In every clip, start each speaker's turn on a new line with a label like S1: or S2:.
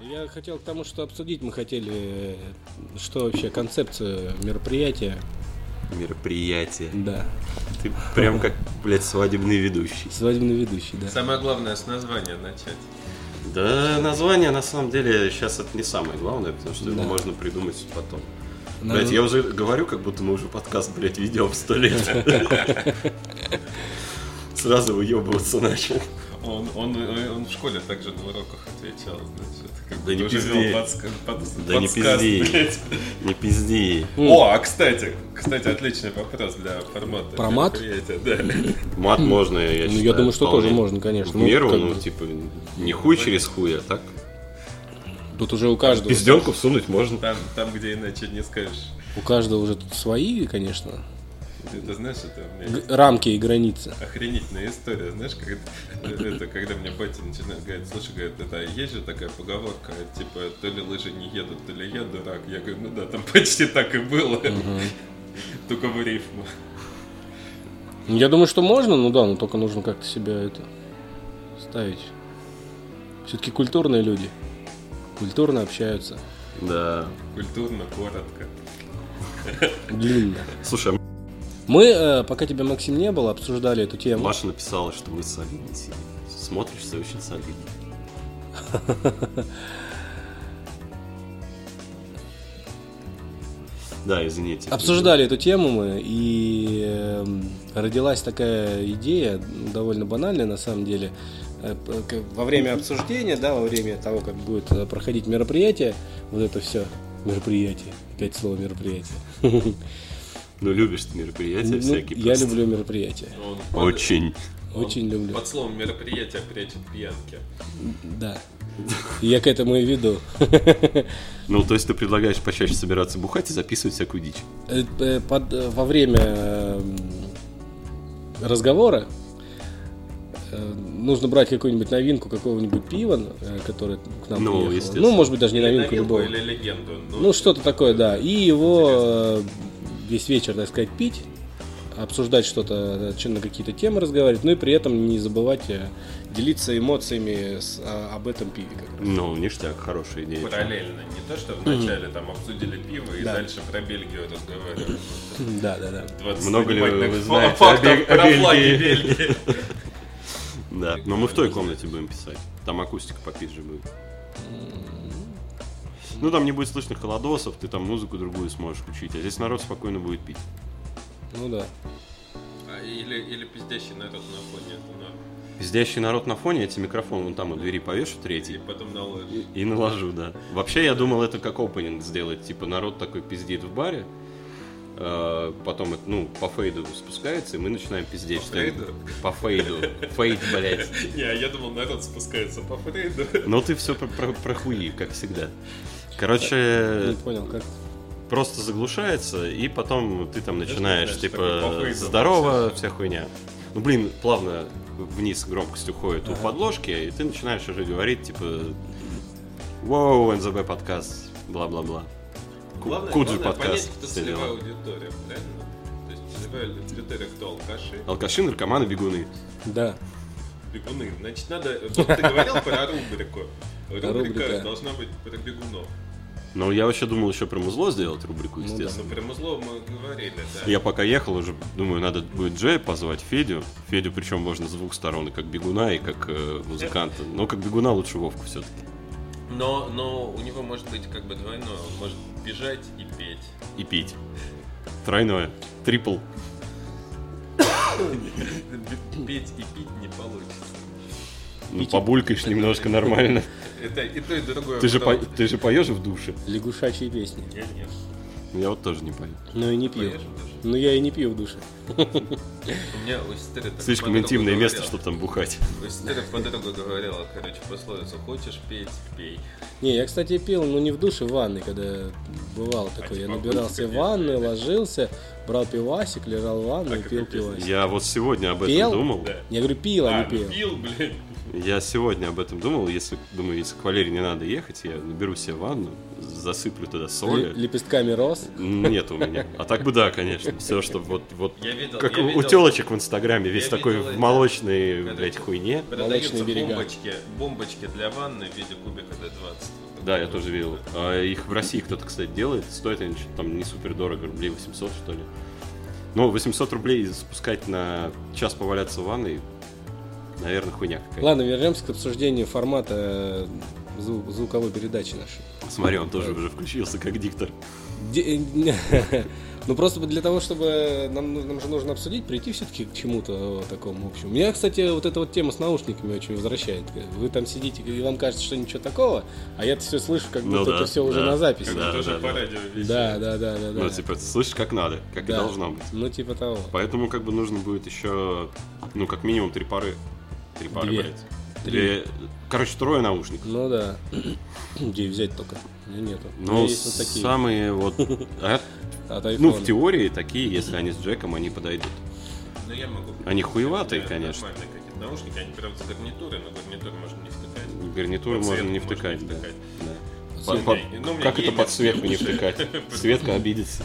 S1: Я хотел к тому, что обсудить мы хотели, э, что вообще концепция мероприятия.
S2: Мероприятие.
S1: Да,
S2: Ты прям как, блядь, свадебный ведущий.
S1: свадебный ведущий, да.
S3: Самое главное с названия начать.
S2: Да, название на самом деле сейчас это не самое главное, потому что его
S1: Да.
S2: можно придумать потом.
S1: Наз-
S2: Блять, я уже говорю, как будто мы уже подкаст, блядь, ведем сто лет. Сразу выебываться начал.
S3: Он, он, он в школе также на уроках отвечал, значит, как
S2: Да не
S3: уже
S2: пизди.
S3: вел подска- под-
S2: Да не
S3: подсказ,
S2: пизди.
S3: блядь.
S2: Не пизди.
S3: О, а кстати, кстати, отличный вопрос для формата.
S1: Про мат?
S3: мероприятия, Да.
S2: Мат можно, Хм. я
S1: Ну,
S2: считаю,
S1: я думаю, что
S2: вполне.
S1: тоже можно, конечно.
S2: В
S1: Ну,
S2: меру,
S1: как
S2: ну,
S1: бы.
S2: типа, не хуй через хуй, а так.
S1: Тут уже у каждого,
S2: Пизденку всунуть можно.
S3: Там, там, где иначе не скажешь.
S1: у каждого уже тут свои, конечно,
S3: Ты это знаешь, это у меня
S1: г-
S3: есть
S1: рамки и границы.
S3: охренительная история, знаешь, как это, это когда мне батя начинает говорить, слушай, говорит, это а есть же такая поговорка, типа, то ли лыжи не едут, то ли я дурак. Я говорю, ну да, там почти так и было, только в рифму.
S1: Ну, Я думаю, что можно, ну да, но только нужно как-то себя это ставить. Все-таки культурные люди. Культурно общаются.
S2: Да.
S3: Культурно, коротко.
S1: Длинно.
S2: Слушай, а
S1: Мы, э, пока тебя, Максим, не было, обсуждали эту тему.
S2: Маша написала, что мы солидно сидим. Смотришься очень солидно. Да, извините.
S1: Обсуждали эту тему мы, и эм, родилась такая идея, довольно банальная на самом деле. Э, п- к- Во время обсуждения, да, во время того, как будет э, проходить мероприятие, вот это все мероприятие, опять слово мероприятие.
S2: Ну, любишь ты мероприятия
S1: Ну,
S2: всякие.
S1: Я
S2: просто.
S1: люблю мероприятия,
S3: Ну, Он
S2: Очень.
S3: он
S1: очень люблю.
S3: Под словом мероприятие прячет пьянки.
S1: Да. Я к этому и веду.
S2: Ну, то есть ты предлагаешь почаще собираться бухать и записывать всякую дичь.
S1: Э, э, под- э, Во время э, м, разговора э, нужно брать какую-нибудь новинку какого-нибудь пива, э, которое к нам
S2: Ну,
S1: приехало.
S2: естественно.
S1: Ну, может быть, даже не новинку,
S3: Новинку
S1: любого.
S3: или легенду. Ну,
S1: Ну, что-то такое, да. И его э, весь вечер, так сказать, пить, обсуждать что-то, э, на какие-то темы разговаривать, ну и при этом не забывать э, делиться эмоциями с- а, об этом пиве. как раз.
S2: Ну, ништяк, хорошая идея.
S3: параллельно. Не то, что вначале там обсудили пиво и
S1: Да.
S3: дальше про Бельгию разговаривали.
S1: Да, да, да.
S3: 20
S2: Много ли вы
S3: занимательных
S2: знаете о
S3: фактов
S2: Бель- о
S3: про флаги
S2: Бельгии?
S3: Бельгии.
S2: Да, но мы в той комнате будем писать. Там акустика попизже будет. Ну, там не будет слышно холодосов, ты там музыку другую сможешь включить, а здесь народ спокойно будет пить.
S1: Ну да.
S3: А, Или, или пиздящий народ на фоне. это на-
S2: Пиздящий народ на фоне, эти микрофон вон там у двери повешу
S3: И
S2: третий
S3: потом на лыжи.
S2: и, и наложу, да. Вообще, я думал, это как опенинг сделать, типа народ такой пиздит в баре, э, потом, это, ну, по фейду спускается, и мы начинаем пиздеть.
S3: По
S2: что-нибудь.
S3: фейду?
S2: По фейду. Фейд, блядь.
S3: Не, а я думал, народ спускается по Фрейду.
S2: Но ты все про, про- про хуи, как всегда.
S1: Не
S2: Короче,
S1: Ну, понял, как.
S2: просто заглушается, и потом ты там начинаешь,
S3: знаешь, такой
S2: типа,
S3: попой идёт,
S2: здорово, вся хуйня. Ну, блин, плавно вниз громкость уходит у подложки, и ты начинаешь уже говорить, типа, воу, НЗБ подкаст, бла-бла-бла. Ку-
S3: Главное,
S2: Куджи
S3: главное понять,
S2: подкаст,
S3: кто
S2: все
S3: целевая
S2: дела.
S3: аудитория, правильно? То есть целевая аудитория кто? Алкаши?
S2: Алкаши, наркоманы, бегуны.
S1: Да.
S3: Бегуны. Значит, надо... Вот ты говорил про рубрику.
S1: Рубрика.
S3: Рубрика должна быть про бегунов.
S2: Но я вообще думал еще про музло сделать рубрику,
S1: да.
S2: естественно.
S3: Ну, прямо зло мы говорили, да.
S2: Я пока ехал уже, думаю, надо будет Джея позвать, Федю. Федю причем можно с двух сторон, и как бегуна, и как э, музыканта. Но как бегуна лучше Вовку все-таки.
S3: Но, но у него может быть как бы двойное. Он может бежать и петь.
S2: И пить. Тройное. Трипл.
S3: Б- Петь и пить не получится.
S2: Ну, побулькаешь немножко нормально.
S3: Это и то, и другое.
S2: Ты же, по-
S3: правда.
S2: ты же поешь в душе?
S1: Лягушачьи песни.
S3: Я не
S2: Я вот тоже не пою.
S1: Ну и не пью.
S3: поешь даже.
S1: Ну я и не пью в душе.
S3: У меня у сестры так
S2: Слишком
S3: подруга
S2: интимное место,
S3: говорила.
S2: чтобы там бухать.
S3: У сестры подруга говорила, короче, пословицу, хочешь петь, пей.
S1: Не, я, кстати, пил, ну не в душе, в ванной, когда бывало такое. Я
S3: типа,
S1: набирался в
S3: конечно,
S1: ванной, ложился, брал пивасик, лежал в ванной и пил пивасик.
S2: Я вот сегодня об этом
S1: Пел?
S2: думал.
S3: Да.
S1: Я говорю, пил, а
S3: А,
S1: не пил.
S3: пил, блин.
S2: Я сегодня об этом думал. Если, думаю, если к Валерии не надо ехать, я наберу себе ванну, засыплю туда
S1: Л-
S2: соли.
S1: Лепестками роз.
S2: Нет у меня. А так бы да, конечно. Все, что вот, вот
S3: Я видел,
S2: как
S3: я
S2: у, у
S3: видел.
S2: телочек в Инстаграме, весь
S3: Я
S2: такой
S3: видел
S2: в
S3: это.
S2: молочной,
S3: Это-
S2: блядь, хуйне.
S3: Продаются
S1: Молочные берега.
S3: бомбочки, бомбочки для ванны в виде кубика D20.
S2: Да, я тоже видел. А их в России кто-то, кстати, делает. Стоят они что-то там не супер дорого, рублей 800, что ли. Ну, 800 рублей спускать на час поваляться в ванной, наверное, хуйня какая-то.
S1: Ладно, вернемся к обсуждению формата э, зву- звуковой передачи нашей.
S2: Смотри, он тоже уже включился как диктор.
S1: Де- Ну просто для того, чтобы нам, нужно- нам же нужно обсудить, прийти все-таки к чему-то э, такому общему. Меня, кстати, вот эта вот тема с наушниками очень возвращает. Вы там сидите, и вам кажется, что ничего такого, а я все слышу, как
S2: Ну
S1: будто
S2: да,
S1: это все уже
S2: да.
S1: на записи.
S2: Да,
S3: Когда тоже
S2: да,
S3: по
S2: да.
S3: радио вещают.
S1: Да, да, да, да, да.
S2: Ну, типа, ты слышишь как надо, как и
S1: Да.
S2: должно быть.
S1: Ну, типа того.
S2: Поэтому как бы нужно будет еще, ну, как минимум три пары. Три пары,
S1: Две.
S2: блядь.
S1: Три.
S2: Две- Короче, трое наушников.
S1: Ну да. Где их взять только? У меня нету. У меня
S2: Ну,
S1: есть вот такие.
S2: самые вот... а?
S1: От
S2: Ну,
S1: iPhone.
S2: в теории такие, если они с джеком, они подойдут.
S3: Ну, я могу...
S2: Они хуеватые,
S3: Да,
S2: конечно.
S3: Нормальные какие-то наушники, они прям с гарнитурой, но гарнитур можно не втыкать.
S2: Гарнитуру
S3: Под
S2: можно
S3: цвет
S2: не
S3: можно
S2: втыкать,
S3: не
S2: да.
S3: втыкать.
S2: Да.
S1: Под
S2: Под-
S3: цвет.
S2: под-
S3: Ну, у меня
S2: Как это
S3: геймер
S2: под светку не
S3: уже.
S2: втыкать? Светка обидится.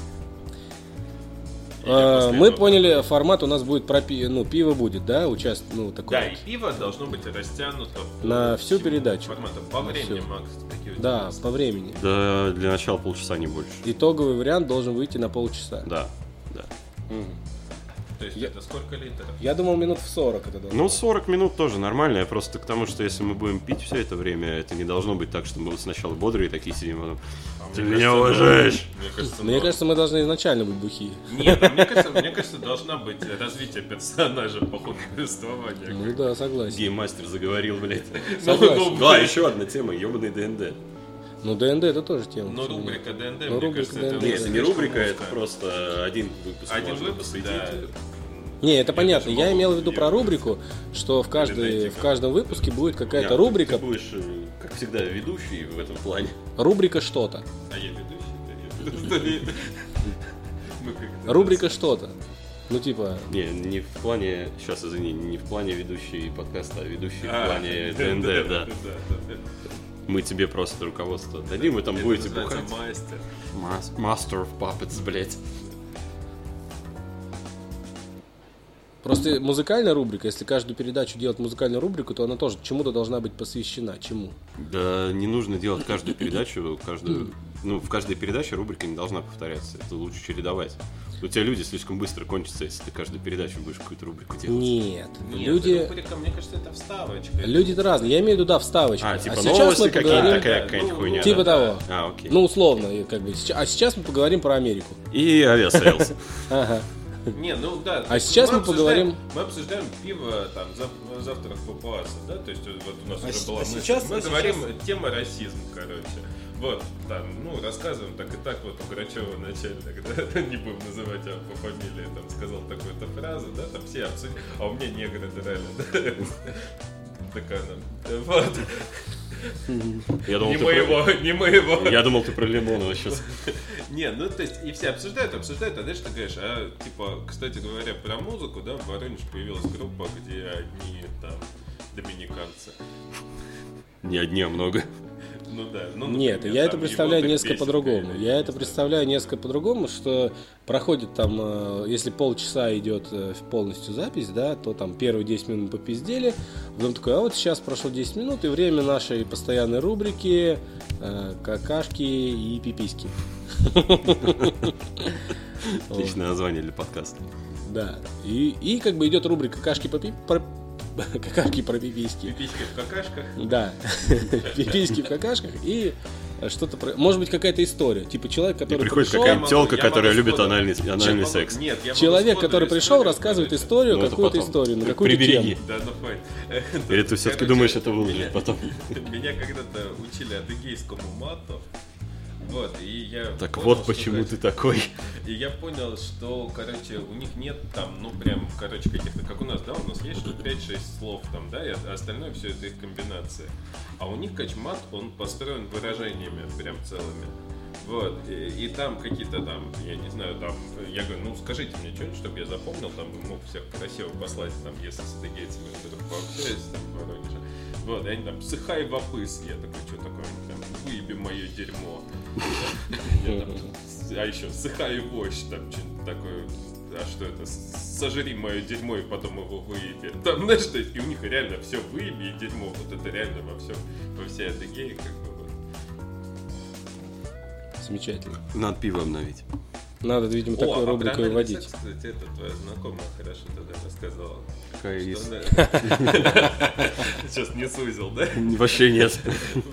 S3: И я
S1: Э,
S3: после
S1: Мы
S3: этого-
S1: поняли, формат у нас будет про пи- ну, пиво будет, да, участ... ну, такое.
S3: Да, и пиво должно быть растянуто по
S1: На всю
S3: всему
S1: передачу.
S3: Формату. По
S1: На
S3: времени,
S1: всю.
S3: Макс, какие у тебя
S1: Ну, Да,
S3: мысли?
S1: по времени.
S2: Да, для начала полчаса не больше.
S1: Итоговый вариант должен выйти на полчаса.
S2: Да, да.
S3: То есть
S1: Я-
S3: это сколько литров?
S1: Я думал, минут в 40 это должно
S2: Ну, 40 минут тоже нормально. Я просто к тому, что если мы будем пить все это время, это не должно быть так, что мы вот сначала бодрые такие сидим, а потом...
S3: А
S2: Ты
S3: мне
S2: меня
S3: кажется,
S2: уважаешь!
S3: Мне кажется,
S1: Мне
S3: мало.
S1: кажется, мы должны изначально быть бухи.
S3: Нет, а мне кажется, мне кажется, должна быть развитие персонажа по ходу повествования.
S1: Ну да, согласен.
S2: Гейммастер заговорил, блядь.
S1: Согласен.
S2: Да, еще одна тема, ебаный ДНД.
S1: Ну, ДНД это тоже тема.
S3: Но
S1: почему нет?
S3: рубрика ДНД,
S1: Ну,
S3: мне
S1: рубрика
S3: кажется, это
S1: «ДНД».
S2: Не,
S1: Нет,
S2: это не
S3: слишком
S2: рубрика,
S3: узко.
S2: это просто один выпуск.
S3: Один
S2: можно
S3: выпуск,
S2: посвятить.
S3: да.
S1: Не, это
S3: Я
S1: понятно.
S3: даже
S1: Я
S3: могу
S1: имел в виду про
S3: ее-
S1: рубрику, что в, каждой,
S3: дайте,
S1: в каждом выпуске будет
S2: Нет,
S1: какая-то
S2: ты-
S1: рубрика.
S2: Ты будешь, э, как всегда, ведущий в этом плане.
S1: Рубрика что-то.
S3: А я ведущий, да нет. Ну, Мы как-то
S1: Рубрика что-то. Ну, типа,
S2: Не, не в плане, сейчас, извини, не в плане ведущий подкаста, а ведущий
S3: А,
S2: в плане ДНД, да.
S3: да, да.
S2: Мы тебе просто руководство дадим, вы там
S3: Это
S2: будете
S3: называется
S2: бухать.
S3: мастер.
S2: Мас- Master of Puppets, блядь.
S1: Просто музыкальная рубрика, если каждую передачу делать музыкальную рубрику, то она тоже чему-то должна быть посвящена. Чему?
S2: Да не нужно делать каждую передачу, каждую... Ну, в каждой передаче рубрика не должна повторяться. Это лучше чередовать. У тебя люди слишком быстро кончатся, если ты каждую передачу будешь какую-то рубрику делать.
S1: Нет.
S3: Нет,
S1: люди...
S3: рубрика, мне кажется, это вставочка.
S1: Люди-то разные. Я имею в виду, да, вставочки.
S2: А, типа
S1: сейчас
S2: новости
S1: мы
S2: какие-то,
S1: поговорим-
S2: такая
S3: да,
S2: какая-нибудь
S3: ну,
S2: хуйня.
S1: Типа
S2: да.
S1: того.
S2: А, окей.
S1: Ну, условно, и как бы. сейчас- А сейчас мы поговорим про Америку.
S2: И авиасейлс.
S1: Ага.
S3: Не, ну да.
S1: А сейчас мы
S3: обсуждаем-
S1: поговорим-
S3: Мы обсуждаем пиво там зав- завтрак папуаса, да? То есть вот у нас
S1: А с-
S3: уже была
S1: а
S3: мысль.
S1: сейчас-
S3: мы
S1: а
S3: говорим тема расизм, короче. Вот, там, ну, рассказываем так и так, вот у Грачева начальник, да, не будем называть его по фамилии, там, сказал такую-то фразу, да, там все обсудили, а у меня негры драли, да, деканом. Вот,
S2: Я думал,
S3: не
S2: ты про-
S3: моего, не моего.
S2: Я думал, ты про Лимонова сейчас.
S3: Не, ну то есть, и все обсуждают, обсуждают, а дальше ты говоришь, а типа, кстати говоря, про музыку, да, в Воронеже появилась группа, где одни там доминиканцы.
S2: Не одни, а много.
S3: Ну да, ну
S1: Нет,
S3: например,
S1: я
S3: там
S1: это представляю
S3: его-то
S1: несколько
S3: песни
S1: по-другому. Я
S3: пели, не
S1: это
S3: знаю.
S1: представляю несколько по-другому, что проходит там, э, если полчаса идет э, полностью запись, да, то там первые 10 минут мы попиздели, потом такой, а вот сейчас прошло 10 минут, и время нашей постоянной рубрики э, какашки и пиписьки.
S2: Отличное название для подкаста.
S1: Да. И, и как бы идет рубрика какашки по пи- про- какашки про пиписьки.
S3: Пиписька в какашках.
S1: Да. Пиписьки в какашках и что-то про... Может быть, какая-то история. Типа человек,
S2: И
S1: который
S2: приходит
S1: пришел-
S2: какая-нибудь
S3: Я могу-
S2: телка,
S3: я
S2: которая
S3: могу
S2: любит
S3: сходу.
S2: анальный анальный
S3: Я могу-
S2: секс.
S3: Нет, я могу
S1: Человек,
S3: сходу
S1: который пришел,
S3: историю
S1: рассказывает
S3: рассказать.
S1: историю,
S2: Ну, это
S1: какую-то
S2: потом.
S1: историю, на
S2: Ты
S1: какую-то
S2: прибереги.
S1: тему.
S3: Да, ну хватит.
S2: Или ты все-таки
S3: Короче,
S2: думаешь, это
S3: меня-
S2: выложить потом?
S3: Меня когда-то учили адыгейскому мату. Вот, и я...
S2: Так
S3: понял,
S2: вот
S3: что
S2: почему
S3: это-
S2: ты такой.
S3: И я понял, что, короче, у них нет там, ну, прям, короче, каких-то, как у нас, да, у нас есть что 5-6 слов там, да, и а остальное все это их комбинации. А у них качмат, он построен выражениями прям целыми. Вот, и, и там какие-то там, я не знаю, там, я говорю, ну скажите мне что-нибудь, чтобы я запомнил, там, и мог всех красиво послать, там, если с адыгейцами вот это пообщаюсь, там, в Воронеже. Вот, и они там, сыхай вопыс, я такой, что такое, Они там, выеби мое дерьмо. Я там, А еще, сыхай вощь, там, что-нибудь такое, а что это, сожри мое дерьмо и потом его выеби. Там, знаешь, то есть, и у них реально все выеби и дерьмо, вот это реально во всем, во всей Адыгее, как бы, вот.
S1: Замечательно.
S2: Надо пиво обновить.
S1: Надо, видимо, такую
S3: а про
S1: рубрику и
S3: анальный
S1: вводить.
S3: секс, кстати, это твоя знакомая хорошо тогда рассказала.
S2: Какая
S3: Что
S2: из-
S3: она- Сейчас не сузил, да?
S2: Вообще нет.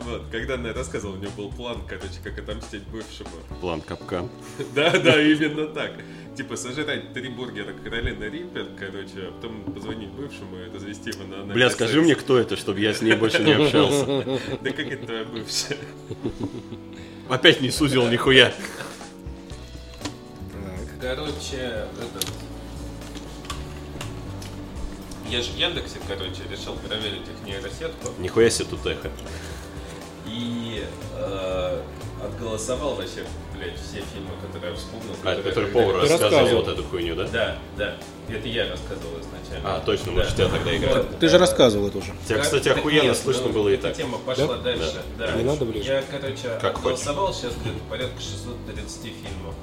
S3: Вот, когда она рассказывала, у нее был план, короче, как отомстить бывшему.
S2: План капкан.
S3: Да, да, именно так. Типа сожрать три бургера Каролина Риппер, короче, а потом позвонить бывшему и развести его на анальный
S2: Бля, скажи
S3: секс.
S2: мне, кто это, чтобы я с ней больше не общался.
S3: Да как это твоя бывшая?
S2: Опять не сузил нихуя.
S3: Короче, этот... Я же в Яндексе, короче, решил проверить их нейросетку.
S2: Нихуя себе тут эхо.
S3: И э, отголосовал вообще, блядь, все фильмы, которые я вспомнил.
S2: А,
S3: которые-
S2: который повар
S1: Ты
S2: рассказывал
S1: рассказывал.
S2: вот эту хуйню, да?
S3: Да, да. Это я рассказывал изначально.
S2: А, точно, мы
S3: Да.
S2: же тебя тогда играли.
S3: Вот,
S1: Ты же
S3: э,
S1: рассказывал это уже.
S2: Тебя,
S3: как-
S2: кстати,
S3: так
S2: охуенно
S3: нет,
S2: слышно
S3: ну,
S2: было и
S3: эта
S2: так.
S3: тема пошла дальше. Да.
S1: Не надо ближе?
S3: Я, короче,
S2: Как хочешь.
S3: отголосовал сейчас где-то порядка 630 фильмов.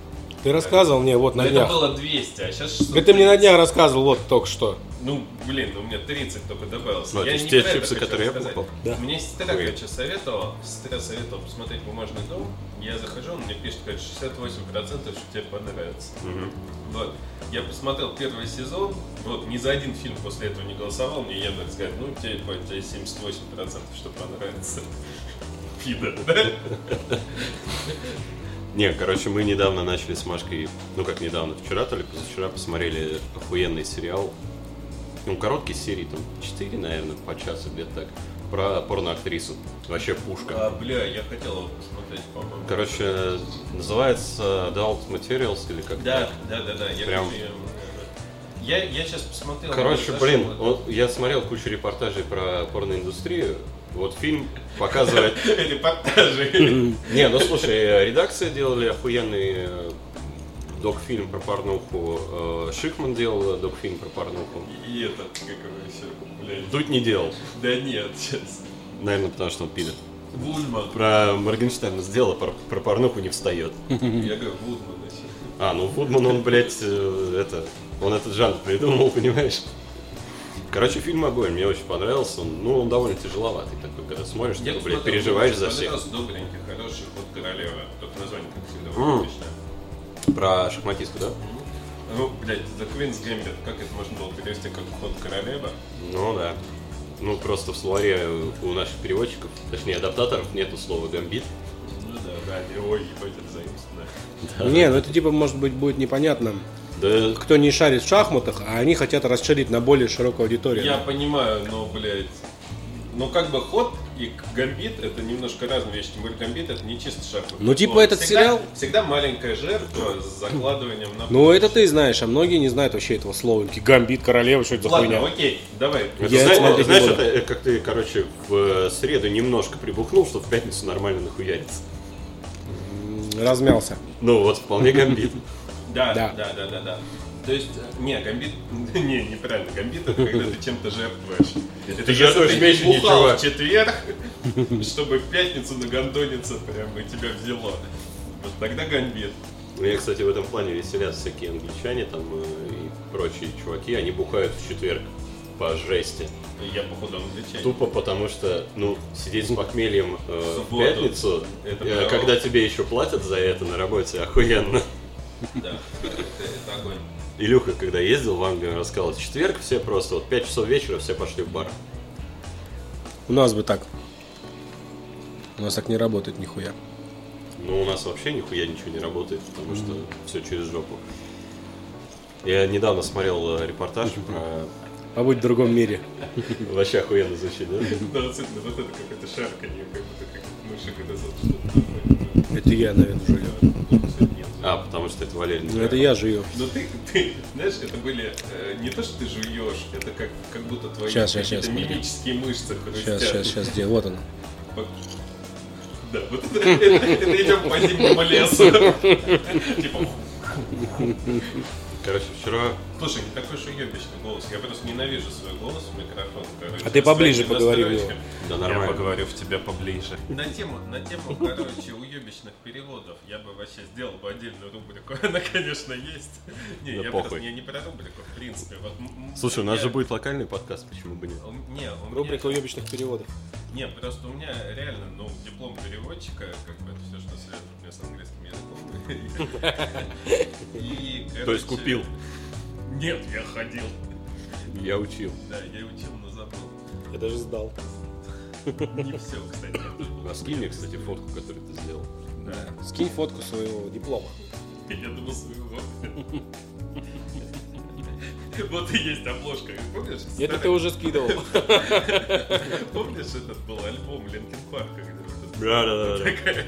S1: Ты рассказывал мне вот
S3: Но
S1: на
S3: это
S1: днях.
S3: было 200, а сейчас 600.
S1: Да ты мне на днях рассказывал вот только что.
S3: Ну, блин, у меня 30 только добавилось.
S2: Ну, это
S3: Я
S2: же
S3: не
S2: те
S3: про это
S2: чипсы,
S3: хочу
S2: которые я
S3: рассказать.
S2: покупал.
S1: Да.
S3: Мне сестра, короче, советовала, сестра советовала посмотреть «Бумажный дом». Я захожу, он мне пишет, короче, 68%, что тебе понравится. Вот. Я посмотрел первый сезон, вот, ни за один фильм после этого не голосовал, мне Яндекс говорит, ну, тебе, Пань, тебе 78%, что понравится. Пидор, да?
S2: Не, короче, мы недавно начали с Машкой, ну как недавно, вчера, то ли позавчера посмотрели охуенный сериал. Ну, короткий серии, там, 4, наверное, по часу, где-то так. Про порноактрису. Вообще пушка.
S3: А, бля, я хотел его посмотреть, по-моему.
S2: Короче, называется Adult Materials или как-то.
S3: Да, да, да, да, я
S2: Прям.
S3: хочу её, Я, я сейчас посмотрел.
S2: Короче,
S3: мне
S2: блин,
S3: зашел.
S2: он- я смотрел кучу репортажей про порноиндустрию. Вот фильм показывает...
S3: Репортажи.
S2: Не, ну слушай, э, редакция делали охуенный э, док-фильм про порнуху. э, Шихман делал э, док-фильм про порнуху.
S3: И этот, как его еще, блядь.
S2: Дудь не делал.
S3: Да нет, сейчас.
S2: Наверное, потому что он пидор.
S3: Вудман.
S2: Про Моргенштерна сделала, про, про порнуху не встает.
S3: Я говорю, Вудман еще.
S2: А, ну Вудман, он, блядь, э, это, он этот жанр придумал, понимаешь? Короче, фильм огонь, мне очень понравился. Он, ну, он довольно тяжеловатый такой, когда смотришь,
S3: Ну,
S2: ты, блядь, переживаешь за всех.
S3: Раз добренький, хороший, ход королева. Только название, как всегда,
S2: М.
S3: отличное.
S2: Про шахматистку, да?
S3: Ну, блядь, The Queen's Gambit, как это можно было перевести как ход королева?
S2: Ну да. Ну, просто в словаре э, у наших переводчиков, точнее, адаптаторов нету слова «гамбит».
S3: Ну да, да, не, ой, ебать, это заимственно.
S1: Не, ну это типа, может быть, будет непонятно.
S2: Да,
S1: Кто не шарит в шахматах, а они хотят расширить на более широкую аудиторию.
S3: Я понимаю, но, блядь, ну как бы ход и гамбит это немножко разные вещи. Тем более гамбит это не чисто шахмат.
S1: Ну, типа,
S3: Вот.
S1: этот
S3: Всегда-
S1: сериал-
S3: Всегда маленькая жертва с закладыванием на...
S1: Ну это ты знаешь, а многие не знают вообще этого слова. Такие, Гамбит, королева, что это за
S3: Ладно,
S1: хуйня?
S3: окей, давай.
S2: Это
S1: Я
S2: зна-
S1: это смотреть не
S2: знаешь,
S1: буду.
S2: это как ты, короче, в э, среду немножко прибухнул, что в пятницу нормально нахуярится.
S1: М, Размялся.
S2: Ну вот, вполне гамбит.
S3: Да,
S1: Да.
S3: да, да, да, да, То есть, э, не, гамбит, не, неправильно, гамбит это когда ты чем-то жертвуешь. Это
S2: Ты
S3: когда
S2: жертвуешь меньше
S3: бухал
S2: ничего.
S3: в четверг, чтобы в пятницу нагандониться прям и тебя взяло. Вот тогда гамбит.
S2: Меня, кстати, в этом плане веселят всякие англичане там э, и прочие чуваки. Они бухают в четверг по жести.
S3: Я походу англичанин.
S2: Тупо потому что, ну, сидеть с похмельем э,
S3: В
S2: в
S3: субботу.
S2: пятницу,
S3: Это
S2: э,
S3: право.
S2: когда тебе еще платят за это на работе, охуенно.
S3: Да, это, это огонь.
S2: Илюха, когда ездил в Англию, он рассказал, в четверг все просто, вот 5 часов вечера все пошли в бар.
S1: У нас бы так. У нас так не работает нихуя.
S2: Ну, у нас вообще нихуя ничего не работает, потому что все через жопу. Я недавно смотрел э, репортаж про...
S1: А будь в другом мире.
S2: Вообще охуенно звучит, да?
S3: Да, действительно, вот это какое-то шарканье, как будто как мыши, когда за что-то
S1: Это я, наверное, жую.
S2: А, потому что это Валерий
S1: Ну,
S2: Николаев.
S1: это я жую.
S3: Но ты, ты, знаешь, это были э, не то, что ты жуешь, это как, как будто твои
S1: Щас, щас, щас,
S3: какие-то
S1: смотри.
S3: мимические мышцы
S1: Сейчас,
S3: хрустят.
S1: сейчас, сейчас, где? Вот оно.
S3: По- Да, вот это, это- это идем по зимнему лесу. Типа,
S2: Короче, вчера
S3: слушай, не такой же уебищный голос. Я просто ненавижу свой голос в микрофон. короче.
S1: А ты поближе
S3: Своими
S1: поговори в него.
S3: настройками.
S2: Да
S3: Я
S2: нормально.
S3: поговорю в тебя поближе. На тему, на тему, короче, уебищных переводов я бы вообще сделал бы отдельную рубрику. Она, конечно, есть. Не,
S2: Да
S3: я
S2: похуй.
S3: просто не, не про рубрику, в принципе. Вот, м- м-
S2: Слушай, у нас
S3: я-
S2: же будет локальный подкаст, почему бы нет?
S3: у м- Не, у
S1: Рубрика
S3: меня...
S1: уебищных переводов.
S3: Не, просто у меня реально, ну, диплом переводчика, как бы это все, что следует мне с английским языком. И,
S2: То есть
S3: короче,
S2: купил,
S3: Нет, я ходил.
S2: я учил.
S3: Да, я учил, но забыл.
S1: Я даже сдал.
S3: Не все, кстати. я тоже был
S2: А скинь мне,
S3: приятно.
S2: кстати, фотку, которую ты сделал.
S3: Да.
S1: Скинь фотку своего диплома.
S3: Я думал своего. Вот и есть обложка. Помнишь?
S1: Это
S3: старый-
S1: ты уже скидывал.
S3: Помнишь, этот был альбом Линкин Парка, где вот это
S2: Да-да-да.
S3: такая-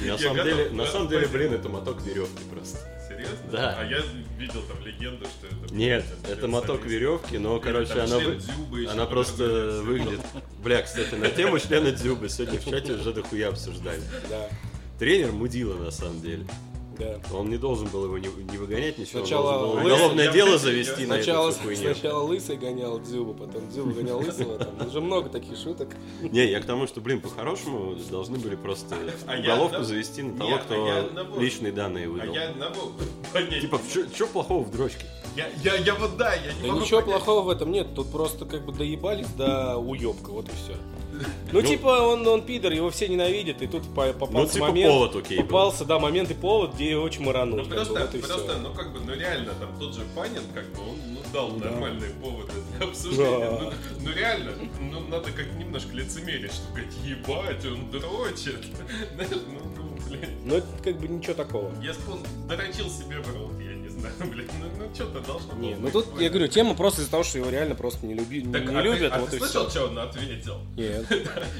S2: На
S3: Я
S2: самом
S3: готов
S2: деле, на
S3: вас
S2: самом деле,
S3: спасибо.
S2: блин, это моток веревки просто.
S3: Серьезно?
S2: Да.
S3: А я видел там легенду, что это... был
S2: Нет,
S3: там
S2: это
S3: член
S2: моток
S3: Союза.
S2: веревки, но, короче,
S3: там
S2: она
S3: член
S2: вы-
S3: Дзюбы еще
S2: она
S3: по-другому
S2: просто
S3: называется.
S2: выглядит. Бля, кстати, на тему члена Дзюбы сегодня в чате уже дохуя обсуждали.
S1: Да,
S2: Тренер мудила на самом деле.
S1: да.
S2: Он не должен был его не, не выгонять ничего. он
S1: Сначала
S2: должен был
S1: лысый,
S2: уголовное
S3: я
S2: дело
S3: блядь,
S2: завести
S3: я-
S2: на
S1: Сначала,
S2: эту всю хуйню.
S1: сначала лысый гонял Дзюбу, потом Дзюба гонял лысого. Там уже много таких шуток.
S2: Не, я к тому, что, блин, по-хорошему должны были просто
S3: А я
S2: уголовку
S3: одно-
S2: завести на
S3: Не,
S2: того,
S3: а я
S2: кто
S3: одного-
S2: личные данные
S3: А
S2: выдал.
S3: я одного... понять-
S2: Типа, что плохого в дрочке?
S3: Я, я, я вот да, я не
S1: Да
S3: могу
S1: Ну, ничего
S3: понять.
S1: плохого в этом нет. Тут просто как бы доебались до уебка, вот и все. Ну, типа, он, он пидор, его все ненавидят, и тут по- попался
S2: Ну, типа,
S1: момент.
S2: повод окей был.
S1: попался, да, момент и повод, где его чморанул.
S3: Ну просто,
S1: вот и всё.
S3: просто, ну как бы, ну реально, там тот же Панин, как бы, он ну, дал нормальные поводы для обсуждения.
S1: Да.
S3: Ну, ну реально, ну надо как немножко лицемерить, что говорить, ебать, он дрочит. Знаешь, ну, ну, блин.
S1: Но это как бы ничего такого.
S3: Если бы он дрочил себе в рот, я не знаю, блин, ну, ну что-то должно было
S1: Не, ну
S3: быть.
S1: тут,
S2: типа,
S1: я говорю, тема просто из-за того, что его реально просто не, люби- не-
S3: так,
S1: не
S3: а ты-
S1: любят,
S3: а
S1: вот
S3: ты
S1: и
S3: слышал,
S1: все.
S3: что он ответил?
S1: Нет.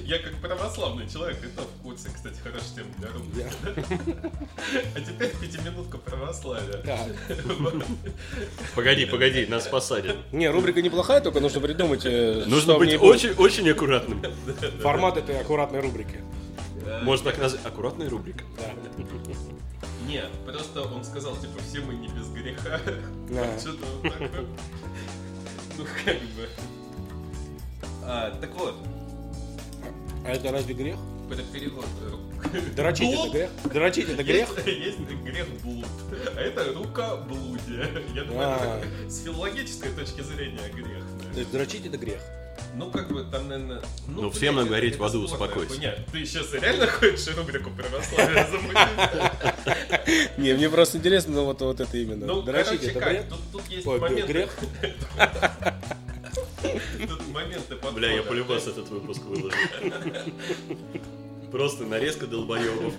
S3: Я как православный человек, это в курсе, кстати, хорошая тема для рубрики. А теперь пятиминутка православия.
S1: Так.
S2: Погоди, погоди, нас посадят.
S1: Не, рубрика неплохая, только нужно придумать, э, что
S2: Нужно
S1: в
S2: быть
S1: ней будет.
S2: очень, очень аккуратным.
S1: формат этой аккуратной рубрики.
S3: Э,
S2: Можно так назвать. Аккуратная рубрика.
S1: Да.
S3: Не, просто он сказал, типа, все мы не без греха.
S1: Да.
S3: Что-то вот так вот. Ну, как бы. А, так вот,
S1: А это разве грех?
S3: про перевод. э,
S1: Дрочить это
S3: Блуд?
S1: грех? Дрочить это грех?
S3: Есть, есть грех блуд. А это рука блудия. Я думаю,
S1: А.
S3: это с филологической точки зрения грех.
S1: То есть дрочить это грех.
S3: Ну, как бы там, наверное...
S2: Ну, всем
S3: блядь,
S2: надо гореть в аду,
S3: это спорная
S2: успокойся.
S3: хуйня. Ты сейчас реально хочешь рубрику православия замутить?
S1: Не, мне просто интересно, ну, вот, вот это именно.
S3: Ну,
S1: дрочить
S3: короче,
S1: это
S3: как,
S1: грех?
S3: тут, тут есть
S1: Ой,
S3: момент...
S1: грех?
S3: Тут моменты подхода.
S2: Бля, я полюбас этот выпуск выложу. Просто нарезка долбоебов.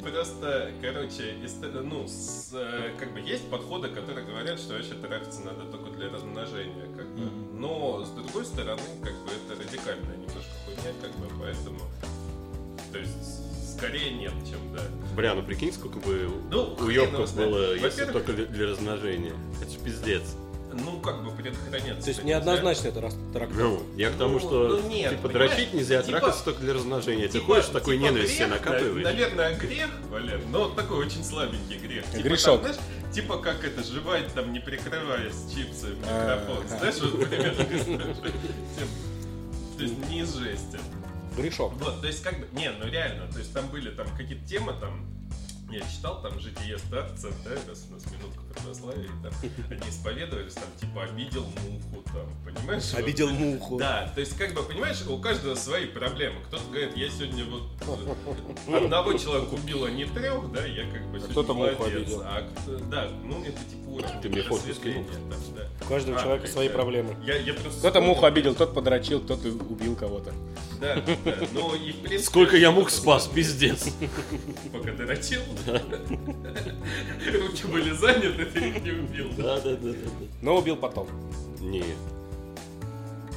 S3: Просто, короче, ист- ну, с, э, как бы есть подходы, которые говорят, что вообще тратиться надо только для размножения, как бы. Но, с другой стороны, как бы это радикальная немножко хуйня, как бы, поэтому... То есть, скорее нет, чем да.
S2: Бля, ну прикинь, сколько бы
S3: Ну, хрен его
S2: уебков
S3: знает.
S2: было, если
S3: Во-первых-
S2: только для- для размножения. Это же пиздец. ну
S3: Ну, как бы предохраняться.
S1: То есть
S3: этим
S1: неоднозначно это раз- таракан.
S2: Ну, я к тому,
S3: Ну,
S2: что
S3: ну, нет,
S2: типа
S3: понимаешь,
S2: дрочить нельзя,
S3: типа-
S2: трахаться только для размножения.
S3: нельзя.
S2: Ты
S3: Типа-
S2: ходишь с такой
S3: типа
S2: ненависть себе
S3: грех, да,
S2: накапливаешь.
S3: Наверное, грех, Валер, но такой очень слабенький грех. Типа,
S1: Грешок.
S3: Там, знаешь, типа как это, жевать там, не прикрываясь чипсы в микрофон.
S1: А,
S3: Знаешь, вот примерно То есть не из жести.
S1: Грешок.
S3: Вот, то есть как бы, не, ну реально, то есть там были там какие-то темы там, я читал там «Житие старца», да, раз у нас минутка православия, и там они исповедовались, там типа обидел муху, там, понимаешь? вот.
S1: Обидел муху.
S3: Да, то есть, как бы, понимаешь, у каждого свои проблемы. Кто-то говорит, я сегодня вот э, одного человека убил, а не трех, да, я как бы сегодня
S1: А кто-то муху
S3: молодец.
S1: обидел.
S3: А кто- да, ну это типа уровень
S2: Ты мне фотку
S3: просветления там, да.
S1: У каждого
S3: А,
S1: человека
S3: блядь,
S1: свои
S3: да.
S1: проблемы.
S3: Я, я просто...
S1: Кто-то
S3: вспомнил.
S1: муху обидел, кто-то подрочил, кто-то убил кого-то.
S3: Да, да, но и в принципе... типа,
S2: Сколько я мух спас, пиздец.
S3: Пока дорочил. Руки были заняты, ты их не убил.
S2: Да,
S3: да.
S2: да, да, да. да.
S1: Но убил потом.
S2: Не.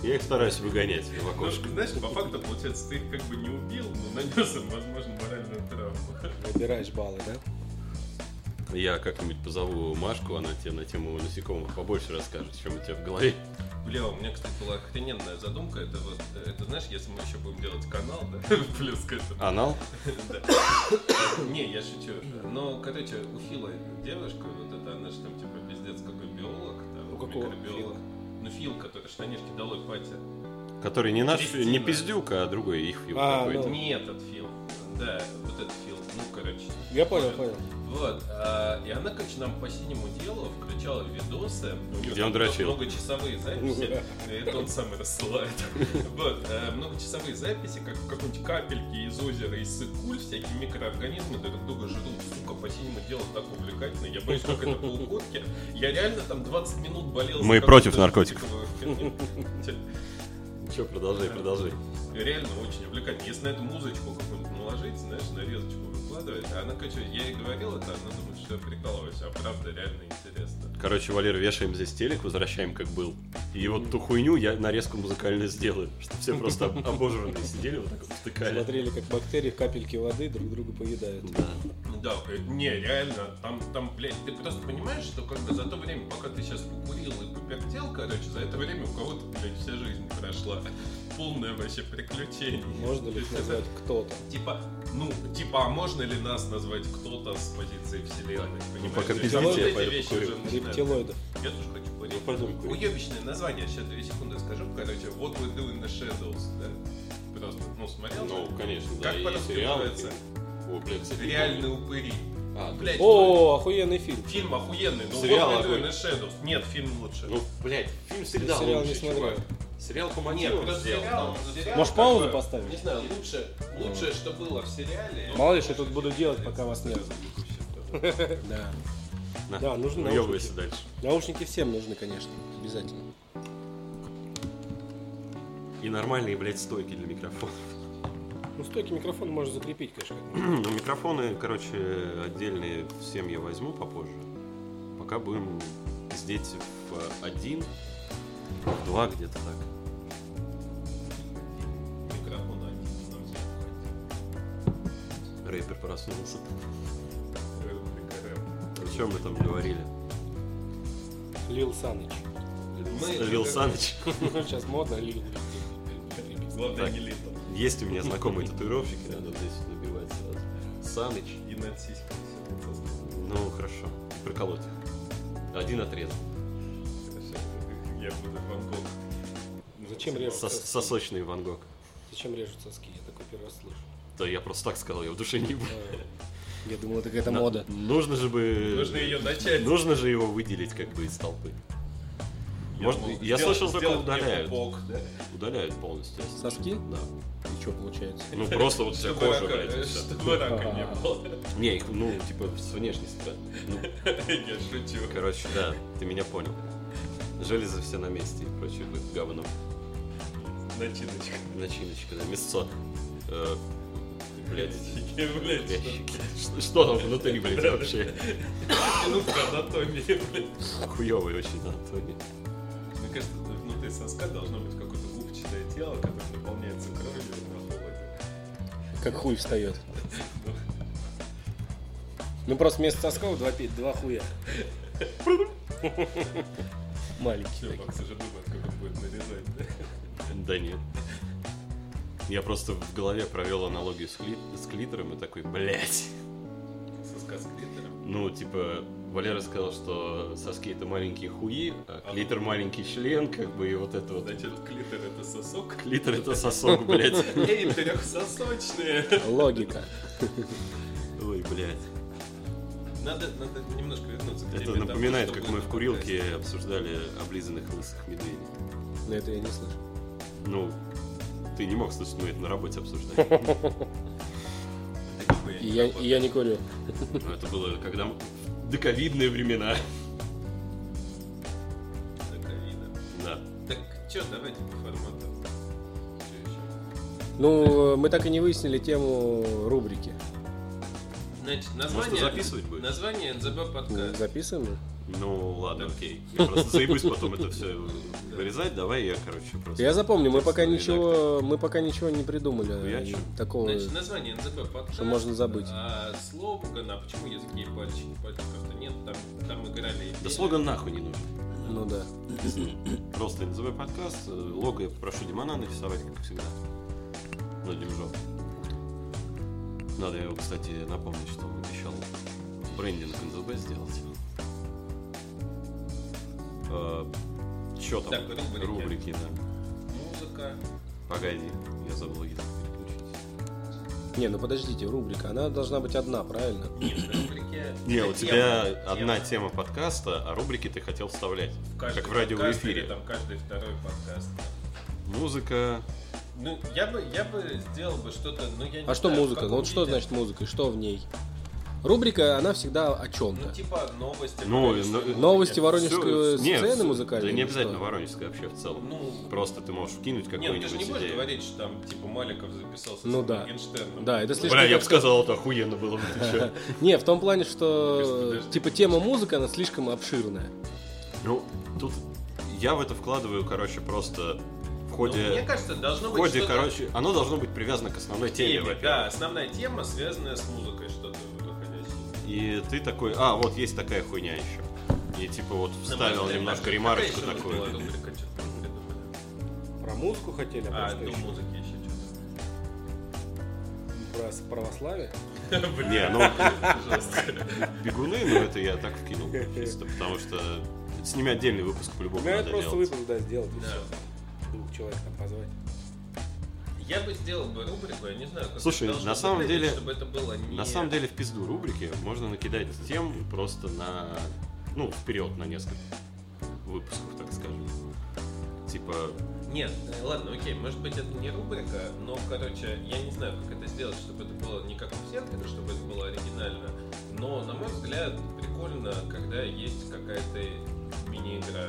S2: Я их стараюсь выгонять в
S3: Ну,
S2: окошко.
S3: знаешь, по факту, получается, ты их как бы не убил, но нанес им, возможно, моральную травму.
S1: Выбираешь баллы, да?
S2: Я как-нибудь позову Машку, она тебе на тему насекомых побольше расскажет, чем у тебя в голове.
S3: Бля, у меня, кстати, была охрененная задумка. Это вот, это знаешь, если мы еще будем делать канал, да, плюс к этому.
S2: Анал?
S3: Да. Не, я шучу. Но, короче, у Фила девушка, вот это она же там типа пиздец какой биолог, там,
S1: У какого
S3: микробиолог.
S1: Фила?
S3: Ну, Фил, который штанишки долой пати.
S2: Который не наш, не
S3: Кристина.
S2: пиздюк, а другой их фильм
S1: А,
S2: какой-то.
S1: ну.
S3: Не этот Фил. Да, вот этот Фил. Ну, короче.
S1: Я понял, понял.
S3: Вот. а, и она, короче, нам по синему делу включала видосы. У неё
S2: Где он
S3: там
S2: дрочил.
S3: Многочасовые записи. Это он сам и рассылает. Вот. а, Многочасовые записи, как в какой-нибудь капельке из озера, из куль, всякие микроорганизмы друг друга жрут. Сука, по синему делу так увлекательно. Я боюсь, как это по уходке. Я реально там 20 минут болел. за
S2: Мы
S3: какую-то
S2: против наркотиков.
S3: фигню.
S2: Че, продолжай, продолжай.
S3: Реально очень увлекательно. Если на эту музычку какую-нибудь наложить, знаешь, нарезочку выкладывать, а она, короче, я ей говорил это, она думает, что я прикалываюсь, а правда реально интересно.
S2: Короче, Валер, вешаем здесь телек, возвращаем как был. И вот ту хуйню я нарезку музыкально сделаю, что все просто об- обожранные сидели, вот так вот втыкали.
S1: Смотрели, как бактерии в капельке воды друг друга поедают.
S2: Да.
S3: Да, э, не, реально, там, там, блядь, ты просто понимаешь, что как бы за то время, пока ты сейчас покурил и попертел, короче, за это время у кого-то, блядь, вся жизнь прошла. Полное вообще приключение.
S1: Можно ли их назвать кто-то?
S3: Типа, ну, типа, а можно ли нас назвать кто-то с позиции вселенной?
S1: Ну,
S3: понимаешь?
S2: пока
S3: То есть
S2: пиздите,
S3: вот
S2: я
S3: эти
S2: пойду
S3: вещи
S2: покурю.
S3: уже
S1: Типа
S3: нужны.
S1: Рептилоидов.
S3: Я тоже хочу
S2: Ну,
S3: курить.
S2: пойдем курить.
S3: Уебищное название, сейчас две секунды скажу, короче, What We Do in the Shadows, да? Просто, ну, смотрел?
S2: Ну,
S3: же?
S2: конечно, да,
S3: Как
S2: и
S3: по-русски
S2: сериал.
S3: называется?
S2: О, блядь, кстати,
S3: Реальные упыри.
S2: А,
S3: Блять,
S1: О, охуенный фильм.
S3: фильм охуенный, но
S2: Сериал
S3: What We Do in
S2: охуенный.
S3: the Shadows. Нет, фильм лучше.
S2: Ну, блядь, фильм сериал
S1: Сериал не
S2: лучше,
S1: смотрел.
S2: чувак. Сериал по
S3: Нет,
S2: мотивам
S3: просто
S2: сделал.
S3: сериал, сериал
S1: Можешь паузу
S3: такой,
S1: поставить?
S3: Не знаю, лучше, лучшее, что было в
S2: Ну,
S3: сериале.
S1: Мало ли, что тут буду делать, пока вас нет. Да.
S2: На,
S1: Да, нужны
S2: выебывайся дальше.
S1: Наушники всем нужны, конечно, обязательно.
S2: И нормальные, блядь, стойки для микрофонов.
S1: Ну, стойки микрофона можно закрепить, конечно. как-нибудь.
S2: Ну, микрофоны, короче, отдельные всем я возьму попозже. Пока будем пиздеть в э, один, в два где-то так.
S3: Микрофон
S2: а
S3: один, нам всем хватит.
S2: Рэпер проснулся.
S3: Рэп, рэп, рэп.
S2: О чем мы там говорили?
S1: Лил Саныч.
S3: Мы-
S2: Лил Саныч.
S1: Ну, Сейчас модно Лил.
S3: Главное,
S2: Так.
S3: не лето.
S2: Есть у меня знакомые татуировщики, надо вот здесь набивать сразу. Саныч.
S3: И над сиськами сидит со стороны.
S2: Ну, хорошо. Проколоть их. Один отрез.
S3: Я буду Ван Гог.
S1: Зачем режут?
S2: Сос-
S1: соски?
S2: сосочный Ван Гог.
S1: Зачем режут соски? Я такой первый раз слышу.
S2: Да я просто так сказал, я в душе не был.
S1: Я думал, это какая-то
S2: На-
S1: мода.
S2: Нужно же бы...
S3: Нужно ее начать.
S2: Нужно же его выделить как бы из толпы. Может,
S3: мог
S2: я
S3: сделать-
S2: слышал, только
S3: сделать мне
S2: удаляют.
S3: пупок, да?
S2: Удаляют полностью.
S1: Соски?
S2: Да.
S1: И что получается?
S2: Ну просто вот вся
S3: Чтобы
S2: кожа,
S3: рака-
S2: блядь, и всё.
S3: Чтобы рака не было.
S2: Не, их, ну, типа, с внешней стороны. Ну,
S3: Я шучу.
S2: короче, да, ты меня понял. Железо все на месте и прочее вот говно.
S3: Начиночка.
S2: Начиночка, да, мясцо. Э, Блядь,
S3: Я, блядь,
S2: блядь,
S3: что-
S2: что- что там внутри, блядь, вообще?
S3: Ну, к анатомии, блядь.
S2: Хуёвый очень анатомия.
S3: Мне кажется, внутри соска должно быть какое-то губчатое тело, которое наполняется кровью на холоде.
S1: Как хуй встает. Ну просто вместо сосков два, пи- два хуя. Маленький.
S3: Чувак, уже думает, как он будет нарезать, да?
S2: Да нет. Я просто в голове провел аналогию с, кли- с клитором и такой, блядь.
S3: Соска с клитором.
S2: Ну, типа, Валера сказал, что соски это маленькие хуи, а
S3: А.
S2: клитор маленький член, как бы, и вот это вот.
S3: Значит, клитор это сосок.
S2: Клитор это сосок, блядь.
S3: Эй, трехсосочные!
S1: Логика.
S2: Ой, блядь.
S3: Надо, надо немножко вернуться к теме
S2: Это
S3: того,
S2: напоминает,
S3: что
S2: как
S3: было
S2: мы в
S3: на
S2: курилке обсуждали облизанных лысых медведей.
S1: Но это я не слышу.
S2: Ну, ты не мог слышать, мы это на работе обсуждали.
S3: подкасте. Таких бы я
S1: И
S3: не
S1: я,
S3: работал.
S1: и я не курю.
S2: Но это было когда мы- в доковидные времена.
S3: Так, Алина.
S2: Да.
S3: Так, что, давайте по формату. Чё ещё?
S1: Ну, мы так и не выяснили тему рубрики.
S3: Значит, название...
S2: записывать будешь?
S3: Название НЗБ
S1: Ну,
S3: подкаст.
S1: Записываем?
S2: Ну ладно, окей. Я просто заебусь потом это все вырезать. Давай я, короче, просто.
S1: Я запомню, мы пока
S2: Редактор.
S1: ничего, мы пока ничего не
S2: Ну, Я
S1: придумали
S2: чё?
S1: такого.
S3: Значит, название НЗБ подкаст.
S1: Что можно забыть.
S3: А слоган, а почему языки и пальчики? Пальчиков-то нет, там, там играли... и
S2: Да
S3: пели.
S2: слоган нахуй не нужен.
S1: Ну да.
S2: Просто называй подкаст. Э, Лого я попрошу Димана нарисовать, как всегда. На движок. Надо его, кстати, напомнить, что он обещал брендинг НЗБ сделать. Че Э, там?
S3: Так, рубрики.
S2: Рубрики, да.
S3: Музыка.
S2: Погоди, я забыл ее переключить.
S1: Не, ну подождите, рубрика, она должна быть одна, правильно?
S3: Нет, рубрики.
S2: Не, у
S3: Тема,
S2: тебя
S3: тема.
S2: одна тема подкаста, а рубрики ты хотел вставлять.
S3: В каждый
S2: Как в радиоэфире.
S3: подкаст или Там каждый второй подкаст.
S2: Музыка.
S3: Ну, я бы, я бы сделал бы что-то, но я не
S1: А что
S3: знаю, в
S1: музыка? Ну
S3: каком
S1: вот что
S3: виде.
S1: значит музыка и что в ней? Рубрика, она всегда о
S3: Ну,
S1: чем-то.
S3: типа новости.
S2: Ну,
S3: конечно.
S2: ну,
S1: Новости
S2: Всё,
S1: воронежской
S2: нет,
S1: сцены музыкальной?
S2: Да не
S1: или
S2: обязательно
S1: что?
S2: воронежская вообще в целом.
S3: Ну,
S2: Просто ты можешь вкинуть
S3: Нет, ну,
S2: какую-нибудь
S3: ты же не можешь
S2: идею.
S3: говорить, что там, типа, Маликов записался
S1: Ну
S3: с Ну,
S1: да.
S3: Моргенштерном.
S1: Да, это слишком...
S2: Бля, я бы сказал, это охуенно было бы. ты чё?
S1: Не, в том плане,
S3: Подожди,
S1: что
S3: подожди.
S1: типа тема музыка, она слишком обширная.
S2: Ну, тут я в это вкладываю, короче, просто в
S3: Ну, мне
S2: ходе...
S3: кажется, должно
S2: В
S3: быть
S2: ходе,
S3: что-то
S2: короче, оно должно быть привязано к основной
S3: в
S2: теме,
S3: теме.
S2: во-первых.
S3: Да, основная тема, связанная с музыкой, что-то выходящее.
S2: И ты такой, а, вот есть такая хуйня еще. И типа вот вставил немножко ремарочку такую.
S1: Про музыку хотели?
S3: А, до музыки еще
S1: Про православие?
S3: что-то. Блин,
S2: Не, ну,
S3: жестко.
S2: бегуны, ну это я так вкинул чисто, потому что с ними отдельный выпуск по-любому
S1: Ну,
S2: надо делать.
S1: выпуск, да, сделать. и
S3: Да.
S1: всё. Двух человек там позвать.
S3: Я бы сделал бы рубрику, я не знаю, как
S2: Слушай,
S3: это должно
S2: на самом
S3: выглядеть,
S2: деле-
S3: чтобы это было не...
S2: На самом деле в пизду рубрики можно накидать тем просто на... Ну, вперед на несколько выпусков, так скажем. Типа,
S3: Нет, э, ладно, окей, может быть это не рубрика, но, короче, я не знаю, как это сделать, чтобы это было не как у всех, это чтобы это было оригинально, но, на мой взгляд, прикольно, когда есть какая-то мини-игра,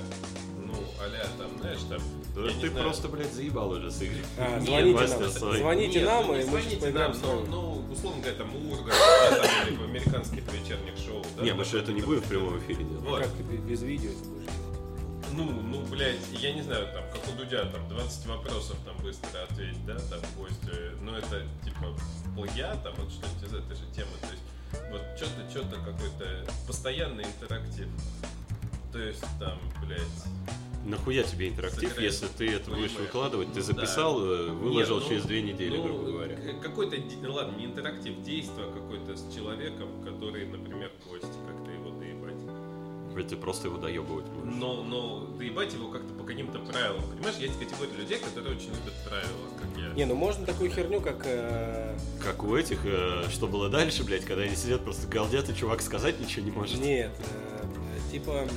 S3: ну, а там, знаешь, там...
S2: да
S3: я не
S2: ты
S3: знаю.
S2: просто, блядь, заебал уже с игрой.
S1: А,
S2: Нет,
S1: звоните
S2: Вася
S1: нам.
S2: свой.
S1: Звони- Звоните
S3: Нет,
S1: нам,
S3: ну, не
S1: и мы сейчас
S3: звоните
S1: поиграем
S3: нам,
S1: с вами.
S3: Ну, ну, условно говоря, там, Ургант, да, там, или в американских вечерних шоу, да?
S2: Не,
S3: там
S2: мы же это не
S3: что-то.
S2: будем в прямом эфире делать.
S3: Вот.
S1: ты без видео это будешь делать?
S3: Ну, ну, блядь, я не знаю, там, как у Дудя, там, 20 вопросов, там, быстро ответить, да, там, гостю. Ну, это, типа, плагиат, там, вот что-нибудь из этой же темы. То есть, вот, что-то, что-то, какой-то постоянный интерактив. То есть, там, блядь...
S2: Нахуя тебе интерактив,
S3: Сыграй.
S2: если ты это будешь
S3: Понимаю.
S2: выкладывать? Ты
S3: Ну, Да.
S2: записал, э, выложил
S3: Не, ну,
S2: через две недели,
S3: ну,
S2: грубо говоря.
S3: к- Какой-то, де- ну, ладно, не интерактив, действо какое-то с человеком, который, например, гость, как-то его доебать.
S2: Блядь, Ты просто его доебывать будешь.
S3: Но, но доебать его как-то по каким-то правилам. Понимаешь, есть категория людей, которые очень любят правила, как я.
S1: Не, ну можно такую херню, как... э,
S2: Как у этих, э, что было дальше, блядь, когда они сидят, просто галдят, и чувак сказать ничего не может.
S1: Нет, э, типа...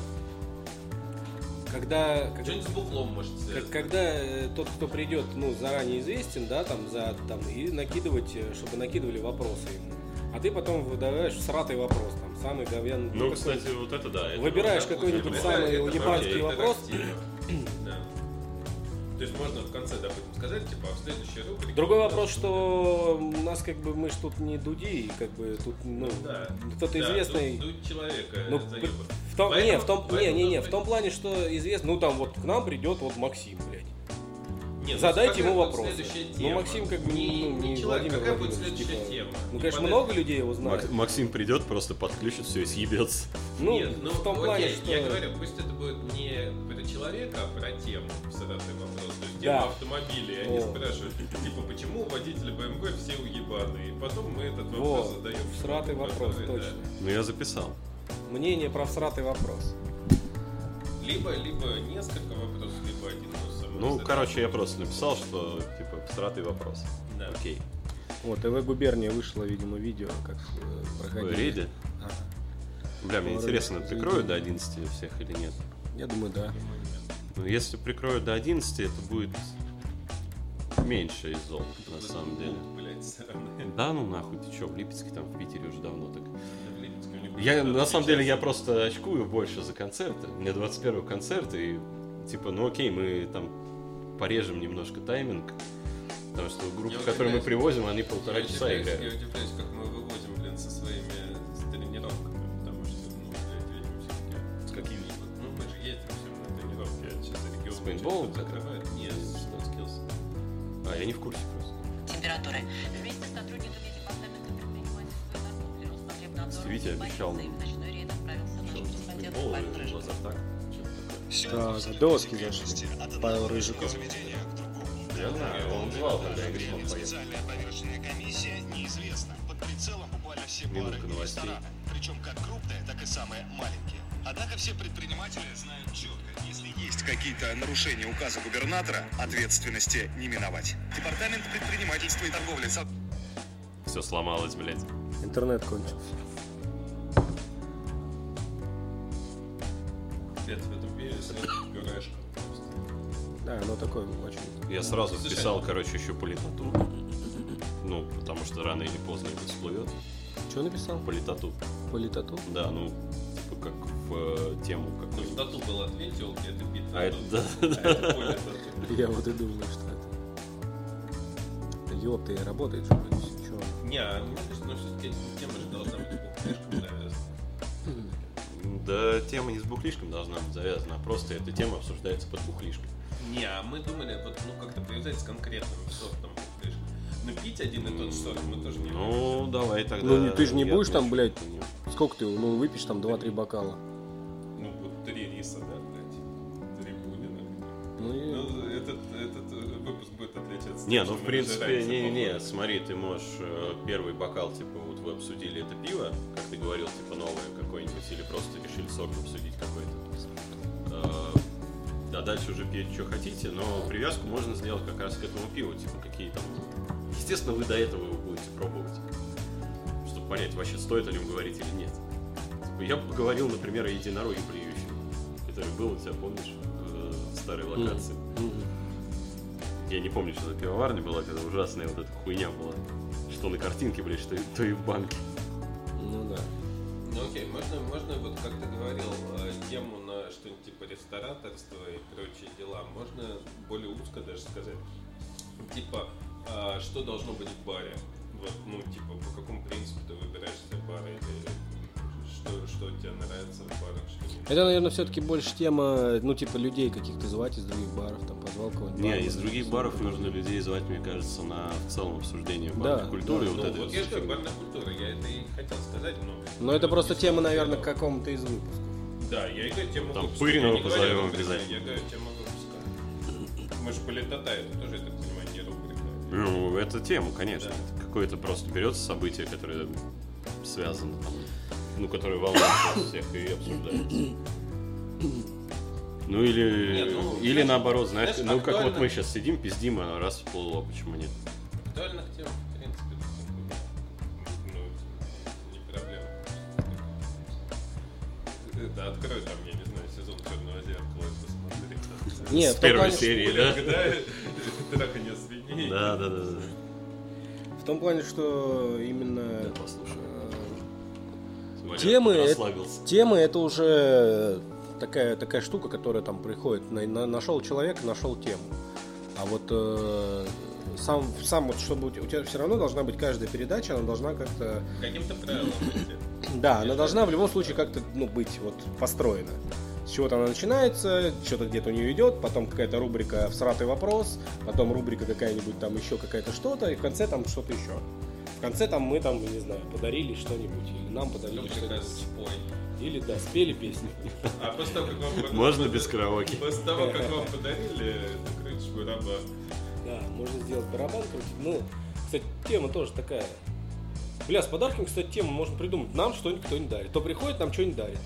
S1: Когда... когда-
S3: Что-нибудь с бухлом, может,
S1: как-
S3: связано.
S1: когда э, тот, кто придет, ну, заранее известен, да, там, за, там, и накидывать, э, чтобы накидывали вопросы ему. А ты потом выдаешь сратый вопрос, там, самый говяный.
S2: Ну,
S1: какой-
S2: кстати, вот это да. это
S1: Выбираешь
S2: вот так
S1: какой-нибудь
S2: вот.
S3: Это
S1: самый
S3: правда, это
S1: уебанский
S3: правда,
S1: вопрос.
S3: интерактивно. Да. То есть можно в конце, допустим, сказать, типа, а в следующей рубрике...
S1: Другой
S3: у нас
S1: вопрос,
S3: будет-
S1: что у нас как бы мы ж тут не дуди, и как бы тут ну,
S3: Да.
S1: кто-то
S3: Да,
S1: известный.
S3: дуть- дуть человека,
S1: ну,
S3: это
S1: б-
S3: заеба.
S1: в том, не,
S3: Поэтому-
S1: в том, не,
S3: поэтому
S1: не, не,
S3: должны-
S1: в том плане, что известно, ну там вот к нам придет вот Максим, блядь.
S3: Не, ну,
S1: задайте
S3: какая
S1: ему
S3: будет
S1: вопросы.
S3: следующая
S1: Ну,
S3: тема?
S1: Максим как бы,
S3: не,
S1: ну, не
S3: человек,
S1: Владимир
S3: какая будет
S1: Владимирович,
S3: следующая
S1: типа,
S3: тема?
S1: Ну,
S3: И
S1: конечно,
S3: под
S1: много
S3: это-
S1: людей его
S2: Мак-
S1: знают.
S2: Максим придет, просто подключит все и съебется.
S1: Ну,
S3: Нет, ну,
S1: в том плане,
S3: окей,
S1: что...
S3: я говорю, пусть это будет не про человека, а про тему, задатый вопрос. То есть
S1: Да.
S3: тема автомобилей. Они
S1: О.
S3: спрашивают, типа, почему водители BMW все уебаны? И потом мы этот вопрос
S1: вот,
S3: задаем.
S1: сратый
S3: человеку,
S1: вопрос,
S3: который, да.
S1: точно.
S2: Ну, я записал.
S1: Мнение про сратый вопрос.
S3: Либо, либо несколько вопросов, либо один вопрос. а самый
S2: Ну,
S3: задать.
S2: короче, я просто написал, что, типа, сратый вопрос.
S3: Да.
S2: Окей.
S1: Вот, ТВ Губерния вышло, видимо, видео, как э, проходили.
S2: Вы рейды?
S1: Ага.
S2: Бля, мне
S1: Ну,
S2: интересно,
S1: ребята,
S2: прикроют
S1: зайдите.
S2: до 11 всех или нет?
S1: Я думаю, да.
S2: Ну, если прикроют до 11, это будет меньше из зол, на самом деле.
S3: Блядь, сраный.
S2: Да ну нахуй, ты чё, в Липецке там, в Питере уже давно так.
S3: В Липецке у них
S2: Я,
S3: куда-то
S2: на самом
S3: сейчас-
S2: деле, я просто очкую больше за концерты. У меня 21 концерт, и типа, ну окей, мы там порежем немножко тайминг, потому что группы,
S3: Я
S2: которые мы
S3: удивляюсь.
S2: привозим, они полтора
S3: Я
S2: часа
S3: удивляюсь-
S2: играют.
S3: Я удивляюсь, как мы выводим, блин, со своими тренировками, потому что, ну, блядь, видимо, все-таки...
S2: С какими?
S3: Ну, мы же ездим все на тренировки, а сейчас регион...
S2: С пейнтболом
S3: что-то закрывает. Нет, что скиллс.
S2: А, я не в курсе просто.
S4: температуры. Вместе с сотрудниками департамента предпринимательства и торговли Роспотребнадзора
S2: Стивите обещал
S4: в ночной рейд отправился наш
S2: Чё,
S4: корреспондент
S2: футбол
S4: Павел
S2: или
S4: Рыжков.
S2: глаза так? Чё такое?
S1: Так, в доски зашли. Павел Рыжиков.
S2: Я знаю, он звал, когда Грифон поехал.
S5: Специальная поверочная комиссия неизвестна. Под прицелом буквально все бары
S2: Минутка
S5: и
S2: новостей.
S5: рестораны. Причем как крупные, так и самые маленькие. Однако все предприниматели знают четко, если есть какие-то нарушения указа губернатора, ответственности не миновать. Департамент предпринимательства и торговли со-
S2: Все сломалось, блядь.
S1: Интернет кончился.
S3: Я тебя дубею, пюрешка.
S1: Да, оно такое очень.
S2: Я сразу вписал, короче, еще политоту. Ну, потому что рано или поздно это всплывет.
S1: Что написал?
S2: Политоту.
S1: Политату?
S2: Да, ну, типа как в э, тему
S3: Ну,
S2: какую-нибудь.
S3: тату был ответил, где ты бит.
S2: А это, да,
S3: А это поле тату.
S1: Я вот и думаю, что это. Да ёпта, и работает же вроде всё, чё.
S3: Не, а мне кажется, ну все-таки тема же должна быть по книжкам завязана.
S2: да, тема не с бухлишком должна быть завязана, а просто эта тема обсуждается под бухлишком.
S3: Не, а мы думали, вот, ну как-то привязать с конкретным сортом книжек. Но пить один и тот же сорт мы тоже не можем.
S2: Ну, давай тогда.
S1: Ну, не- ты же не
S2: я
S1: будешь там,
S2: отмечу,
S1: блядь?
S2: что не-
S1: Сколько ты, ну, выпьешь там 2-3 бокала.
S3: Ну, вот три риса, да, блядь. Три Бунина.
S1: Ну и...
S3: Ну, этот, этот э, выпуск будет отличаться.
S2: Не,
S3: тем,
S2: ну
S3: что
S2: в
S3: мы
S2: принципе,
S3: нажираемся,
S2: не-не-не,
S3: по-моему.
S2: смотри, ты можешь э, первый бокал, типа, вот вы обсудили это пиво, как ты говорил, типа новое какое-нибудь, или просто решили сорт обсудить какой-то. Э, Да, дальше уже пьете, что хотите, но привязку можно сделать как раз к этому пиву, типа какие там. Естественно, вы до этого его будете пробовать, чтобы понять, вообще стоит о нем говорить или нет. Типа, Я бы поговорил, например, о единороге плюющем, который был у тебя, помнишь, э, в старой локации. Я не помню, что за пивоварня была, когда ужасная вот эта хуйня была. Что на картинке, блядь, что и- то и в банке.
S1: Ну да.
S3: Ну окей, можно, можно вот как ты говорил, э, тему на что-нибудь типа рестораторства и прочие дела, можно более узко даже сказать. Типа, а, что должно быть в баре? Вот, ну, типа, по какому принципу ты выбираешь себе бар или что, что тебе нравится в барах, что не
S1: Это, наверное, все-таки больше тема, ну, типа, людей каких-то звать из других баров, там, позвал кого-нибудь.
S2: Не,
S1: бармена,
S2: из других
S1: что-то
S2: баров
S1: такое.
S2: нужно людей звать, мне кажется, на в целом обсуждение барной
S1: Да,
S2: культуры.
S1: да.
S2: вот
S3: ну,
S2: этой
S3: вот
S2: всей
S3: я же говорю,
S2: фигни.
S3: барная культура, я это и хотел сказать, но...
S1: Но Ну, это просто
S3: не
S1: тема,
S3: сказал.
S1: наверное, к какому-то из выпусков.
S3: Да, я и говорю тему
S2: Там
S3: выпуска.
S2: Пырина
S3: Я не
S2: его
S3: говорю
S2: позовем
S3: рубрика,
S2: обязательно.
S3: Я говорю тему выпуска. Мы же политота, это тоже, я так понимаю, не рубрика.
S2: Ну, это тема, конечно.
S3: Да.
S2: Это Какое-то просто берется событие, которое связано там, ну, которое волнует сейчас всех и обсуждается. Ну или,
S3: Не, ну,
S2: или
S3: знаешь,
S2: наоборот, знаешь,
S3: знаешь,
S2: ну как вот
S3: актуально.
S2: мы сейчас сидим, пиздим, а раз всплыло, почему нет?
S3: Актуальных тем, в принципе, ну, не проблема. Да, открой там, я не знаю, сезон черного зеркала и посмотри.
S1: Нет,
S2: С
S1: в том
S2: первой
S1: плане, что-
S2: серии, да?
S3: Когда трахание свиней.
S2: Да, да, да, да.
S1: В том плане, что именно...
S2: Я послушаю.
S1: э,
S2: Валера
S1: Темы это-
S2: расслабился.
S1: Темы это уже такая, такая штука, которая там приходит. На- на- нашел человека, нашел тему. А вот э, сам, сам вот чтобы у тебя, все равно должна быть каждая передача, она должна как-то.
S3: Каким-то правилом идти.
S1: Да, она должна в любом случае как-то ну, быть вот построена. С чего-то она начинается, что-то где-то у нее идет, потом какая-то рубрика «Всратый вопрос», потом рубрика какая-нибудь там еще какая-то что-то, и в конце там что-то еще. В конце там мы там, не знаю, подарили что-нибудь, или нам подарили
S3: Рубрика
S1: что-нибудь.
S3: «Спой».
S1: Или да, спели песню.
S3: А после того, как вам подарили-
S2: Можно без караоке?
S3: После того, как вам подарили, закрыть швыраба.
S1: Да, можно сделать барабан крутить. Ну, кстати, тема тоже такая. Бля, с подарками, кстати, тему можно придумать. Нам что-нибудь кто-нибудь дарит. То приходит, нам что-нибудь дарит.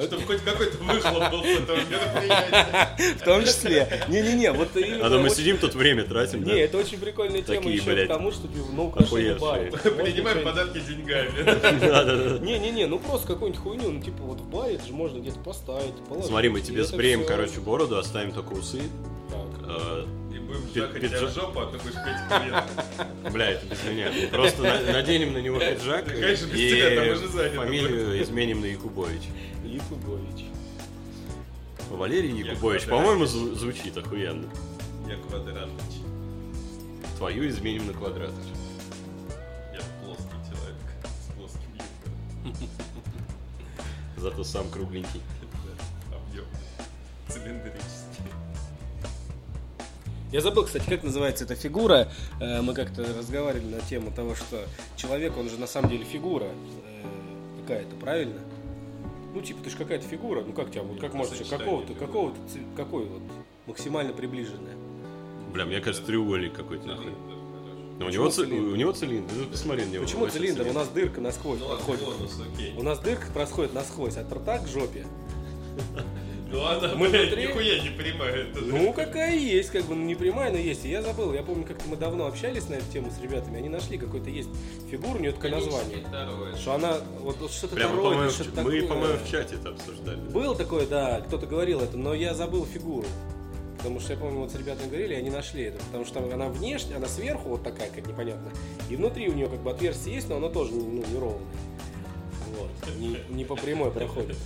S3: Чтобы хоть какой-то выхлоп был с этого мероприятия.
S1: В том числе. Не-не-не, вот именно...
S2: А то мы
S1: вот-
S2: сидим тут время тратим,
S1: Не,
S2: да?
S1: это очень прикольная тема
S2: Такие,
S1: еще
S2: блядь,
S1: потому, что типа, ну, украшение
S2: охуевшие.
S1: барит.
S3: Принимаем подарки деньгами.
S1: Не-не-не, ну просто какую-нибудь хуйню, ну типа вот в баре это же можно где-то поставить, положить.
S2: Смотри, мы
S1: и
S2: тебе
S1: это
S2: сбреем,
S1: всё.
S2: короче, бороду, оставим только усы.
S1: Так.
S2: Э,
S3: И будем
S2: Пи-
S3: жахать тебя в
S2: пиджак.
S3: жопу, а ты будешь петь квин.
S2: Бля, это без меня. Мы Просто на- наденем на него пиджак
S3: Да, конечно, без
S2: и
S3: тебя, там уже занято
S2: фамилию изменим на Якубович.
S1: Якубович.
S2: Валерий Якубович, по-моему, зв- звучит охуенно.
S3: Я квадратный.
S2: Твою изменим на квадрат.
S3: Я плоский человек. С плоским юбком.
S2: Зато сам кругленький.
S3: Объем. Цилиндрический.
S1: Я забыл, кстати, как называется эта фигура. Э, Мы как-то разговаривали на тему того, что человек, он же на самом деле фигура э, какая-то, правильно? ну типа ты же какая-то фигура, ну как тебя, вот как можно
S3: сочетание
S1: какого-то,
S3: фигур.
S1: какого-то, ци- какой вот максимально приближенная.
S2: Бля, мне кажется, треугольник какой-то нахуй. Но у
S1: Почему
S2: него, ци-
S1: цилиндр?
S2: у него цилиндр. Ну, посмотри на него.
S1: Почему
S2: вообще
S1: цилиндр? У нас дырка насквозь
S3: Ну ладно,
S1: проходит.
S3: бонус, окей.
S1: У нас дырка проходит насквозь, а торта к жопе.
S3: Ну ладно,
S1: Мы
S3: мы
S1: внутри?
S3: нихуя не понимаю. это.
S1: Ну, какая есть, как бы, ну, не прямая, но есть. И я забыл, я помню, как-то мы давно общались на эту тему с ребятами, они нашли какой-то есть фигуру, у нее такое название. Что она, вот, вот что-то
S2: Прямо,
S1: дорогое,
S2: по-моему, в
S1: что-то
S2: ч- мы,
S1: такое.
S2: по-моему, в чате это обсуждали.
S1: Был такое, да, кто-то говорил это, но я забыл фигуру. Потому что я помню, вот с ребятами говорили, и они нашли это. Потому что она внешне, она сверху вот такая, как непонятно. И внутри у нее как бы отверстие есть, но оно тоже ну, неровное. Вот. Не, не по прямой проходит.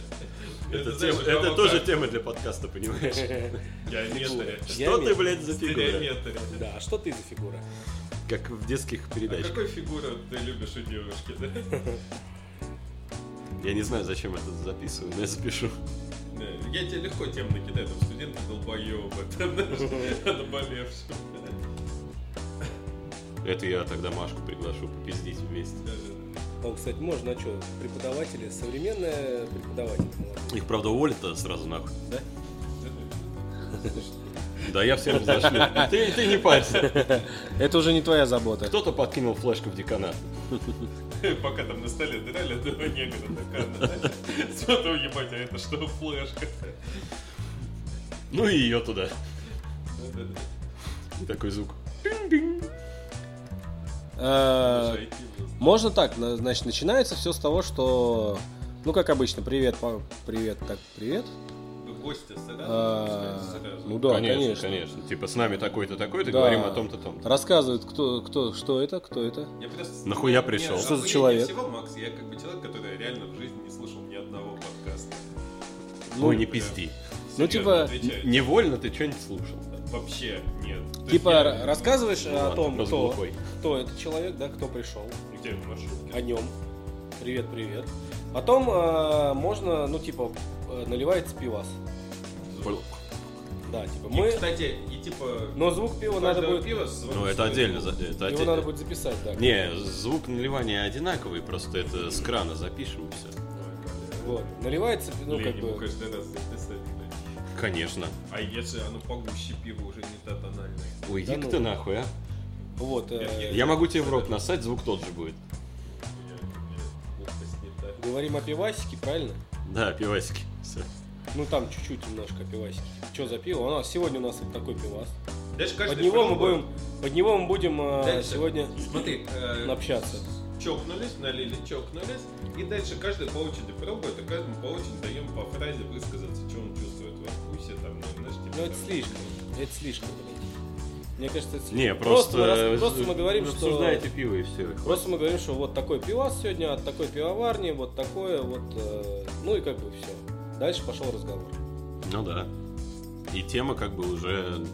S2: Это,
S3: знаешь,
S2: тема- это
S3: прямо
S2: тоже
S3: как
S2: тема для подкаста, понимаешь?
S3: Геометрия.
S2: Что ты,
S1: Геометрия.
S2: блядь, за фигура?
S3: Стереометрия.
S1: Да, а что ты за фигура?
S2: Как в детских
S3: А
S2: передачах.
S3: какой фигуру ты любишь у девушки, да?
S2: Я не знаю, зачем я это записываю, но я запишу.
S3: Да, Я тебе легко тем накидаю, там студенты долбоёбы, там, знаешь, наболевшие.
S2: Это я тогда Машку приглашу попиздить вместе.
S3: Да, да,
S1: О, кстати, можно, а что, преподаватели, современная преподаватель.
S2: Их, правда, уволят-то сразу нахуй.
S1: Да?
S2: Да, я всем зашлю. Ты, ты не парься.
S1: Это уже не твоя забота.
S2: Кто-то подкинул флешку в деканат.
S3: да. Пока там на столе а драли одного негра, такая, да, смотрю, ебать, а это что, флешка?
S2: Ну и ее туда.
S3: Да, да,
S2: И такой звук.
S3: да. Уже IT был.
S1: А, Можно так, на- значит, начинается все с того, что, ну, как обычно, привет, па- привет, так, привет.
S3: Ну, Гостя
S1: А,
S3: сразу, сразу.
S1: Ну да,
S2: конечно,
S1: конечно.
S2: конечно. Типа с нами такой-то, такой-то,
S1: Да.
S2: говорим о том-то, том-то.
S1: Рассказывают, кто, кто, что это, кто это.
S3: Я просто...
S2: Нахуя
S3: Мне
S2: пришел?
S1: Что за
S3: охуеннее
S1: человек?
S3: всего, Макс, я как бы человек, который реально в жизни не слышал ни одного подкаста.
S2: Ну не пизди.
S1: Ну,
S3: Серьезно,
S1: типа,
S3: отвечаю.
S2: Невольно ты что-нибудь слушал.
S3: Вообще нет. То есть
S1: Типа
S3: я-
S1: р- рассказываешь о
S2: ладно,
S1: том,
S2: просто
S1: кто,
S2: глухой.
S1: кто этот человек, да, кто пришел,
S3: Где в маршрутке?
S1: о нем. Привет, привет. Потом э, можно, ну, типа, э, наливается пивас. Да, типа,
S3: И,
S1: мы...
S3: кстати, и типа...
S1: Но звук пива
S3: у
S1: надо
S3: каждого
S1: будет...
S3: пива свой-
S2: Ну это
S3: свой
S2: отдельно.
S3: звук.
S2: за- Это
S1: Его
S2: отдельно.
S1: надо будет записать, да.
S2: Не, звук наливания одинаковый, просто это с крана запишем и все.
S1: Вот. Наливается, ну,
S3: Блин,
S1: как
S3: ему
S1: бы...
S3: каждый раз записать. блядь.
S2: Конечно.
S3: А если оно погуще пиво уже не та тональность?
S2: Уйди
S1: Да
S2: к
S1: ну.
S2: ты нахуй, а.
S1: Вот. э,
S3: Я-
S2: Я могу тебе в рот насать, звук тот же будет.
S3: Глупость а не та.
S1: Говорим о пивасике, правильно?
S2: Да, пивасики. Все.
S1: Ну, там чуть-чуть немножко о пивасике. Что за пиво? А, сегодня у нас вот такой пивас.
S3: Знаешь, каждый
S1: Под него мы
S3: пробует.
S1: будем, под него мы будем э,
S3: Дальше.
S1: сегодня...
S3: Смотри, э,
S1: общаться.
S3: Чокнулись, налили, чокнулись. И дальше каждый по очереди пробует, и каждому по очереди даем по фразе высказаться, что он чувствует во вкусе, там, ну, знаешь, типа...
S1: Ну, это
S3: там,
S1: слишком. Это слишком, блядь. Мне кажется, это слишком.
S2: Не, просто... э,
S1: мы рас- просто мы говорим,
S2: вы
S1: что...
S2: Обсуждаете пиво и все.
S1: Просто мы говорим, что вот такой пивас сегодня, от такой пивоварни, вот такое, вот... э, ну и как бы все. Дальше пошел разговор.
S2: Ну да. И тема как бы уже...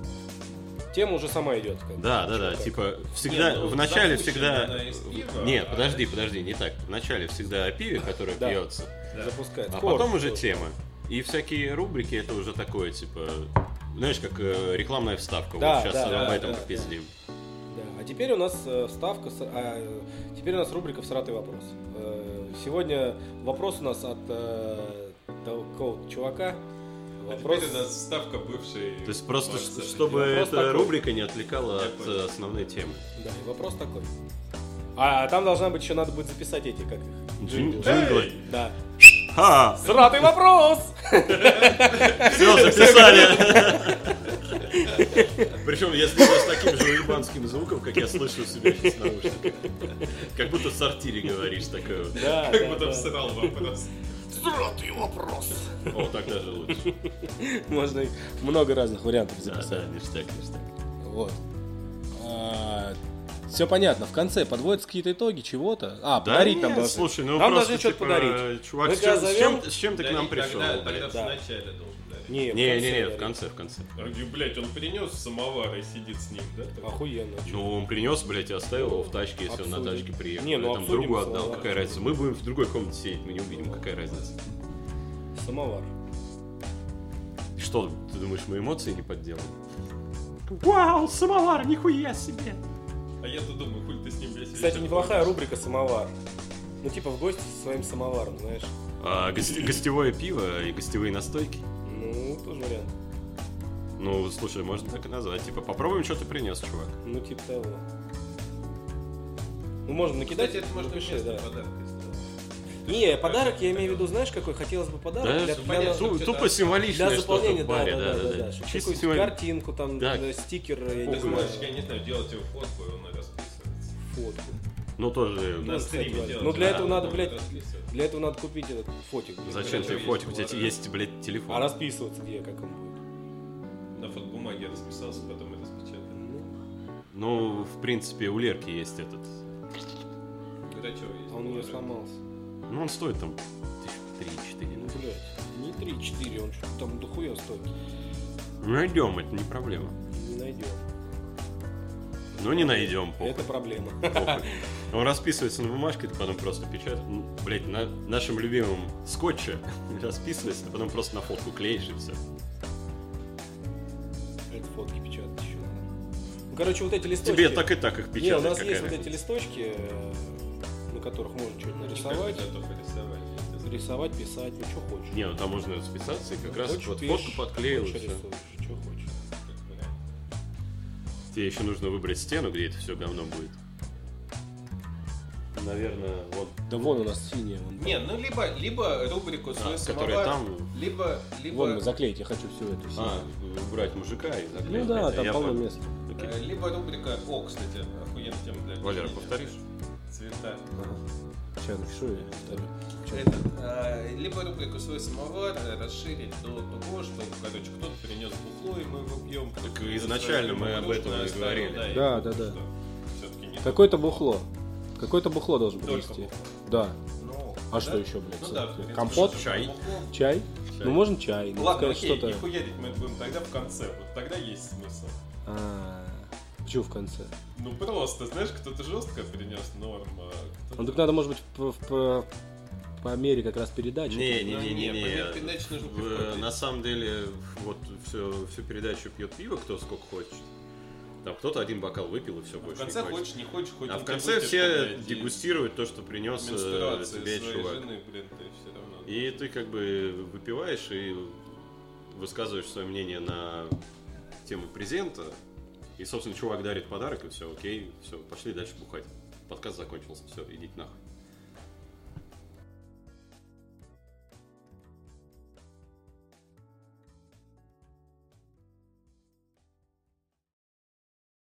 S1: Тема уже сама идет. как бы.
S2: Да, да, да.
S1: Как?
S2: Типа всегда...
S3: Не, ну,
S2: в начале
S3: запущена
S2: всегда...
S3: она из пива,
S2: Нет,
S3: а
S2: подожди,
S3: дальше-
S2: подожди, не так. В начале всегда о пиве, которое
S1: Да.
S2: пьется.
S3: да.
S1: Запускает.
S2: А
S1: Скоро
S2: потом уже
S1: что-то.
S2: тема. И всякие рубрики это уже такое, типа... Знаешь, как э, рекламная вставка.
S1: Да,
S2: вот сейчас
S1: да,
S2: об
S1: да,
S2: этом
S1: да,
S2: попиздим.
S1: Да, а теперь у нас э, вставка, с- а, э, теперь у нас рубрика «Всратый вопрос». Э, сегодня вопрос у нас от э, такого чувака.
S3: А
S1: Вопрос...
S3: теперь у нас ставка бывшей...
S2: То есть просто,
S3: Макса.
S2: ш- чтобы
S1: Вопрос
S2: эта
S1: такой.
S2: рубрика не отвлекала
S3: Я
S2: от
S3: понял.
S2: э, основной темы.
S1: Да, и вопрос такой. А там должна быть еще надо будет записать эти, как их?
S2: Джин-
S1: джинглы.
S2: Джинглы.
S1: Да.
S2: Ха!
S1: «Всратый вопрос!
S2: Все, записали! Причем я слышу с таким же уебанским звуком, как я слышу у себя сейчас в наушниках. Как будто в сортире говоришь такое. вот.
S1: Да,
S3: Как
S1: да,
S3: бы там
S1: да.
S3: всрал вопрос.
S2: О, так даже лучше.
S1: Можно и много разных вариантов
S2: Да,
S1: записать.
S2: да, ништяк, ништяк.
S1: Вот. Все понятно. В конце подводятся какие-то итоги чего-то. А, подарить там
S2: нет,
S1: должны.
S2: Слушай, ну
S1: Нам
S2: просто,
S1: должны что-то
S2: типа,
S1: подарить.
S2: Чувак,
S1: Мы
S2: с чем,
S1: тебя
S2: с чем-
S1: зовем?
S2: с чем ты к нам
S3: Дарить
S2: пришел?
S3: Тогда,
S2: блядь?
S3: тогда
S1: Да.
S3: вначале должен дарить.
S1: Не, в
S2: Не,
S1: конце
S2: не, не, в
S1: говорит.
S2: конце, в конце.
S3: А где, блядь, он принес самовар и сидит с ним, да? там?
S1: Охуенно. чё.
S2: Ну, он принес, блядь, и оставил его в тачке, если он на
S1: Обсудим.
S2: тачке приехал.
S1: Не, ну,
S2: Я там
S1: обсудим
S2: другу
S1: самовар.
S2: отдал, какая разница. Мы будем в другой комнате сидеть, мы не увидим, какая разница.
S1: Самовар.
S2: Что, ты думаешь, мы эмоции не подделаем? Вау, самовар, нихуя себе!
S3: А я-то думаю, хуй ты с ним весь
S1: Кстати,
S3: вечер
S1: неплохая
S3: будешь.
S1: рубрика «Самовар». Ну, типа в гости со своим самоваром, знаешь.
S2: А, гос- гостевое пиво и гостевые настойки.
S1: Ну, тоже вариант.
S2: Ну, слушай, можно так и назвать. Типа, попробуем, что ты принес, чувак.
S1: Ну, типа того. Ну, можем накидать.
S3: Кстати, это можно
S1: напиши,
S3: еще
S1: да.
S3: подарок сделать.
S1: Не, подарок я имею в виду, знаешь, какой? Хотелось бы подарок
S2: Да,
S1: для,
S2: ту-
S1: для-
S3: понятно.
S2: ту-
S3: что-то-
S2: тупо символичное
S1: для
S2: что-то
S1: заполнения,
S2: в
S1: да,
S2: баре,
S1: да, да, да, да. Что-
S2: Чисто
S1: какую-нибудь
S2: символично.
S1: картинку, там,
S2: Да.
S1: э, стикер, я не
S3: Ты
S1: знаю,
S3: знаешь, я не знаю, делать его фотку, и он расписывается.
S1: фотку.
S2: Ну, тоже...
S1: Да.
S3: На
S1: кстати,
S3: стриме
S1: Ваня.
S3: делать.
S1: Ну, для
S3: а,
S1: этого надо,
S3: он
S1: блядь,
S3: расписывается.
S1: Для этого надо купить этот фотик. блин.
S2: Зачем
S3: Короче,
S2: тебе
S3: есть
S2: фотик? У тебя
S3: подарок.
S2: есть, блядь, телефон.
S1: А расписываться где, как он будет?
S3: На фотбумаге расписался, потом и распечатал.
S1: Ну,
S2: Ну, в принципе, у Лерки есть этот.
S3: Грачева есть.
S1: а он у него сломался.
S2: Ну, он стоит там тысяч три-четыре.
S1: Ну, блядь, не 3-4, он что-то там дохуя стоит.
S2: Ну, найдем, это не проблема.
S1: Не найдем.
S2: Ну, не найдем, похуй.
S1: Это проблема.
S2: похуй. Он расписывается на бумажке, ты потом просто печатаешь. Ну, блядь, на нашем любимом скотче расписывается, ты потом просто на фотку клеишь и все.
S1: Это фотки печатать еще надо. Ну, короче, вот эти листочки...
S2: Тебе так и так их
S1: Не, у
S2: печатать.
S1: нас
S2: какая
S1: есть вот эти
S2: разница.
S1: листочки, э, на которых можно что-то нарисовать,
S3: Рисовать? Готов рисовать.
S1: рисовать, писать, ну, что хочешь.
S2: Не, ну там можно расписаться и как раз
S1: Хочешь,
S2: вот
S1: пишешь,
S2: фотку подклеил. и
S1: хочешь,
S2: всё.
S1: рисуешь, что хочешь.
S3: Как вариант.
S2: Тебе еще нужно выбрать стену, где это все говно будет. Наверное, вот.
S1: Да вон у нас синяя. Вон,
S3: Не, ну либо, либо рубрику «Свой самовар»,
S2: а, которая там.
S3: либо, либо,
S1: А, вон заклеить, я хочу все это.
S2: А, убрать мужика и заклеить.
S1: ну да,
S2: это
S1: там
S2: я
S1: полно
S2: понял.
S1: места.
S2: Окей.
S3: э, либо рубрика «О, кстати, охуенная тема для
S2: Валера,
S3: обсуждения.
S2: повторишь?
S3: Цвета.
S1: Сейчас напишу я.
S3: Это, э, либо рубрику «Свой самовар» расширить до того, что, короче, кто-то принес бухло, и мы его пьем. кто-то
S2: Так
S3: принес
S2: изначально
S3: свою
S2: мы об
S3: кружку,
S2: этом и
S3: оставил,
S2: говорили.
S3: и
S1: Да,
S3: потому
S1: да, да.
S3: что всё-таки не
S1: Какое-то бухло. Какое-то бухло должен
S3: Только
S1: принести.
S3: бухло.
S1: Да.
S3: Ну,
S1: А
S3: да?
S1: что еще, блядь?
S3: Ну
S1: всё?
S3: да, в принципе,
S1: Компот?
S3: что-то
S2: Чай.
S3: бухло.
S1: Чай?
S2: Чай.
S1: Ну, можно чай. ну,
S3: Ладно,
S1: сказать,
S3: окей,
S1: что-то...
S3: и хуярить мы будем тогда в конце, вот тогда есть смысл.
S1: А, Чё в конце?
S3: Ну просто, знаешь, кто-то жестко принес норм, а кто-то...
S1: Ну, так надо, может быть, в- в- по, по мере как раз передачи.
S2: Не, не,
S3: Ну,
S2: не, не,
S3: не,
S2: не.
S3: понятно, передача нужно
S2: В-
S3: пивко пить.
S2: На самом деле, вот все, всю передачу пьет пиво, кто сколько хочет. Там кто-то один бокал выпил и все
S3: А в
S2: больше.
S3: конце
S2: не
S3: хочешь, не хочешь, хоть
S2: А
S3: он
S2: в
S3: тебе
S2: конце
S3: выпьет,
S2: все
S3: блядь, и
S2: дегустируют то, что принес э,
S3: менструация
S2: тебе
S3: своей
S2: чувак.
S3: жены, блин, ты все равно.
S2: И ты как бы выпиваешь и высказываешь свое мнение на тему презента. И, собственно, чувак дарит подарок, и все, окей, все, пошли дальше бухать. Подкаст закончился, все, идите нахуй.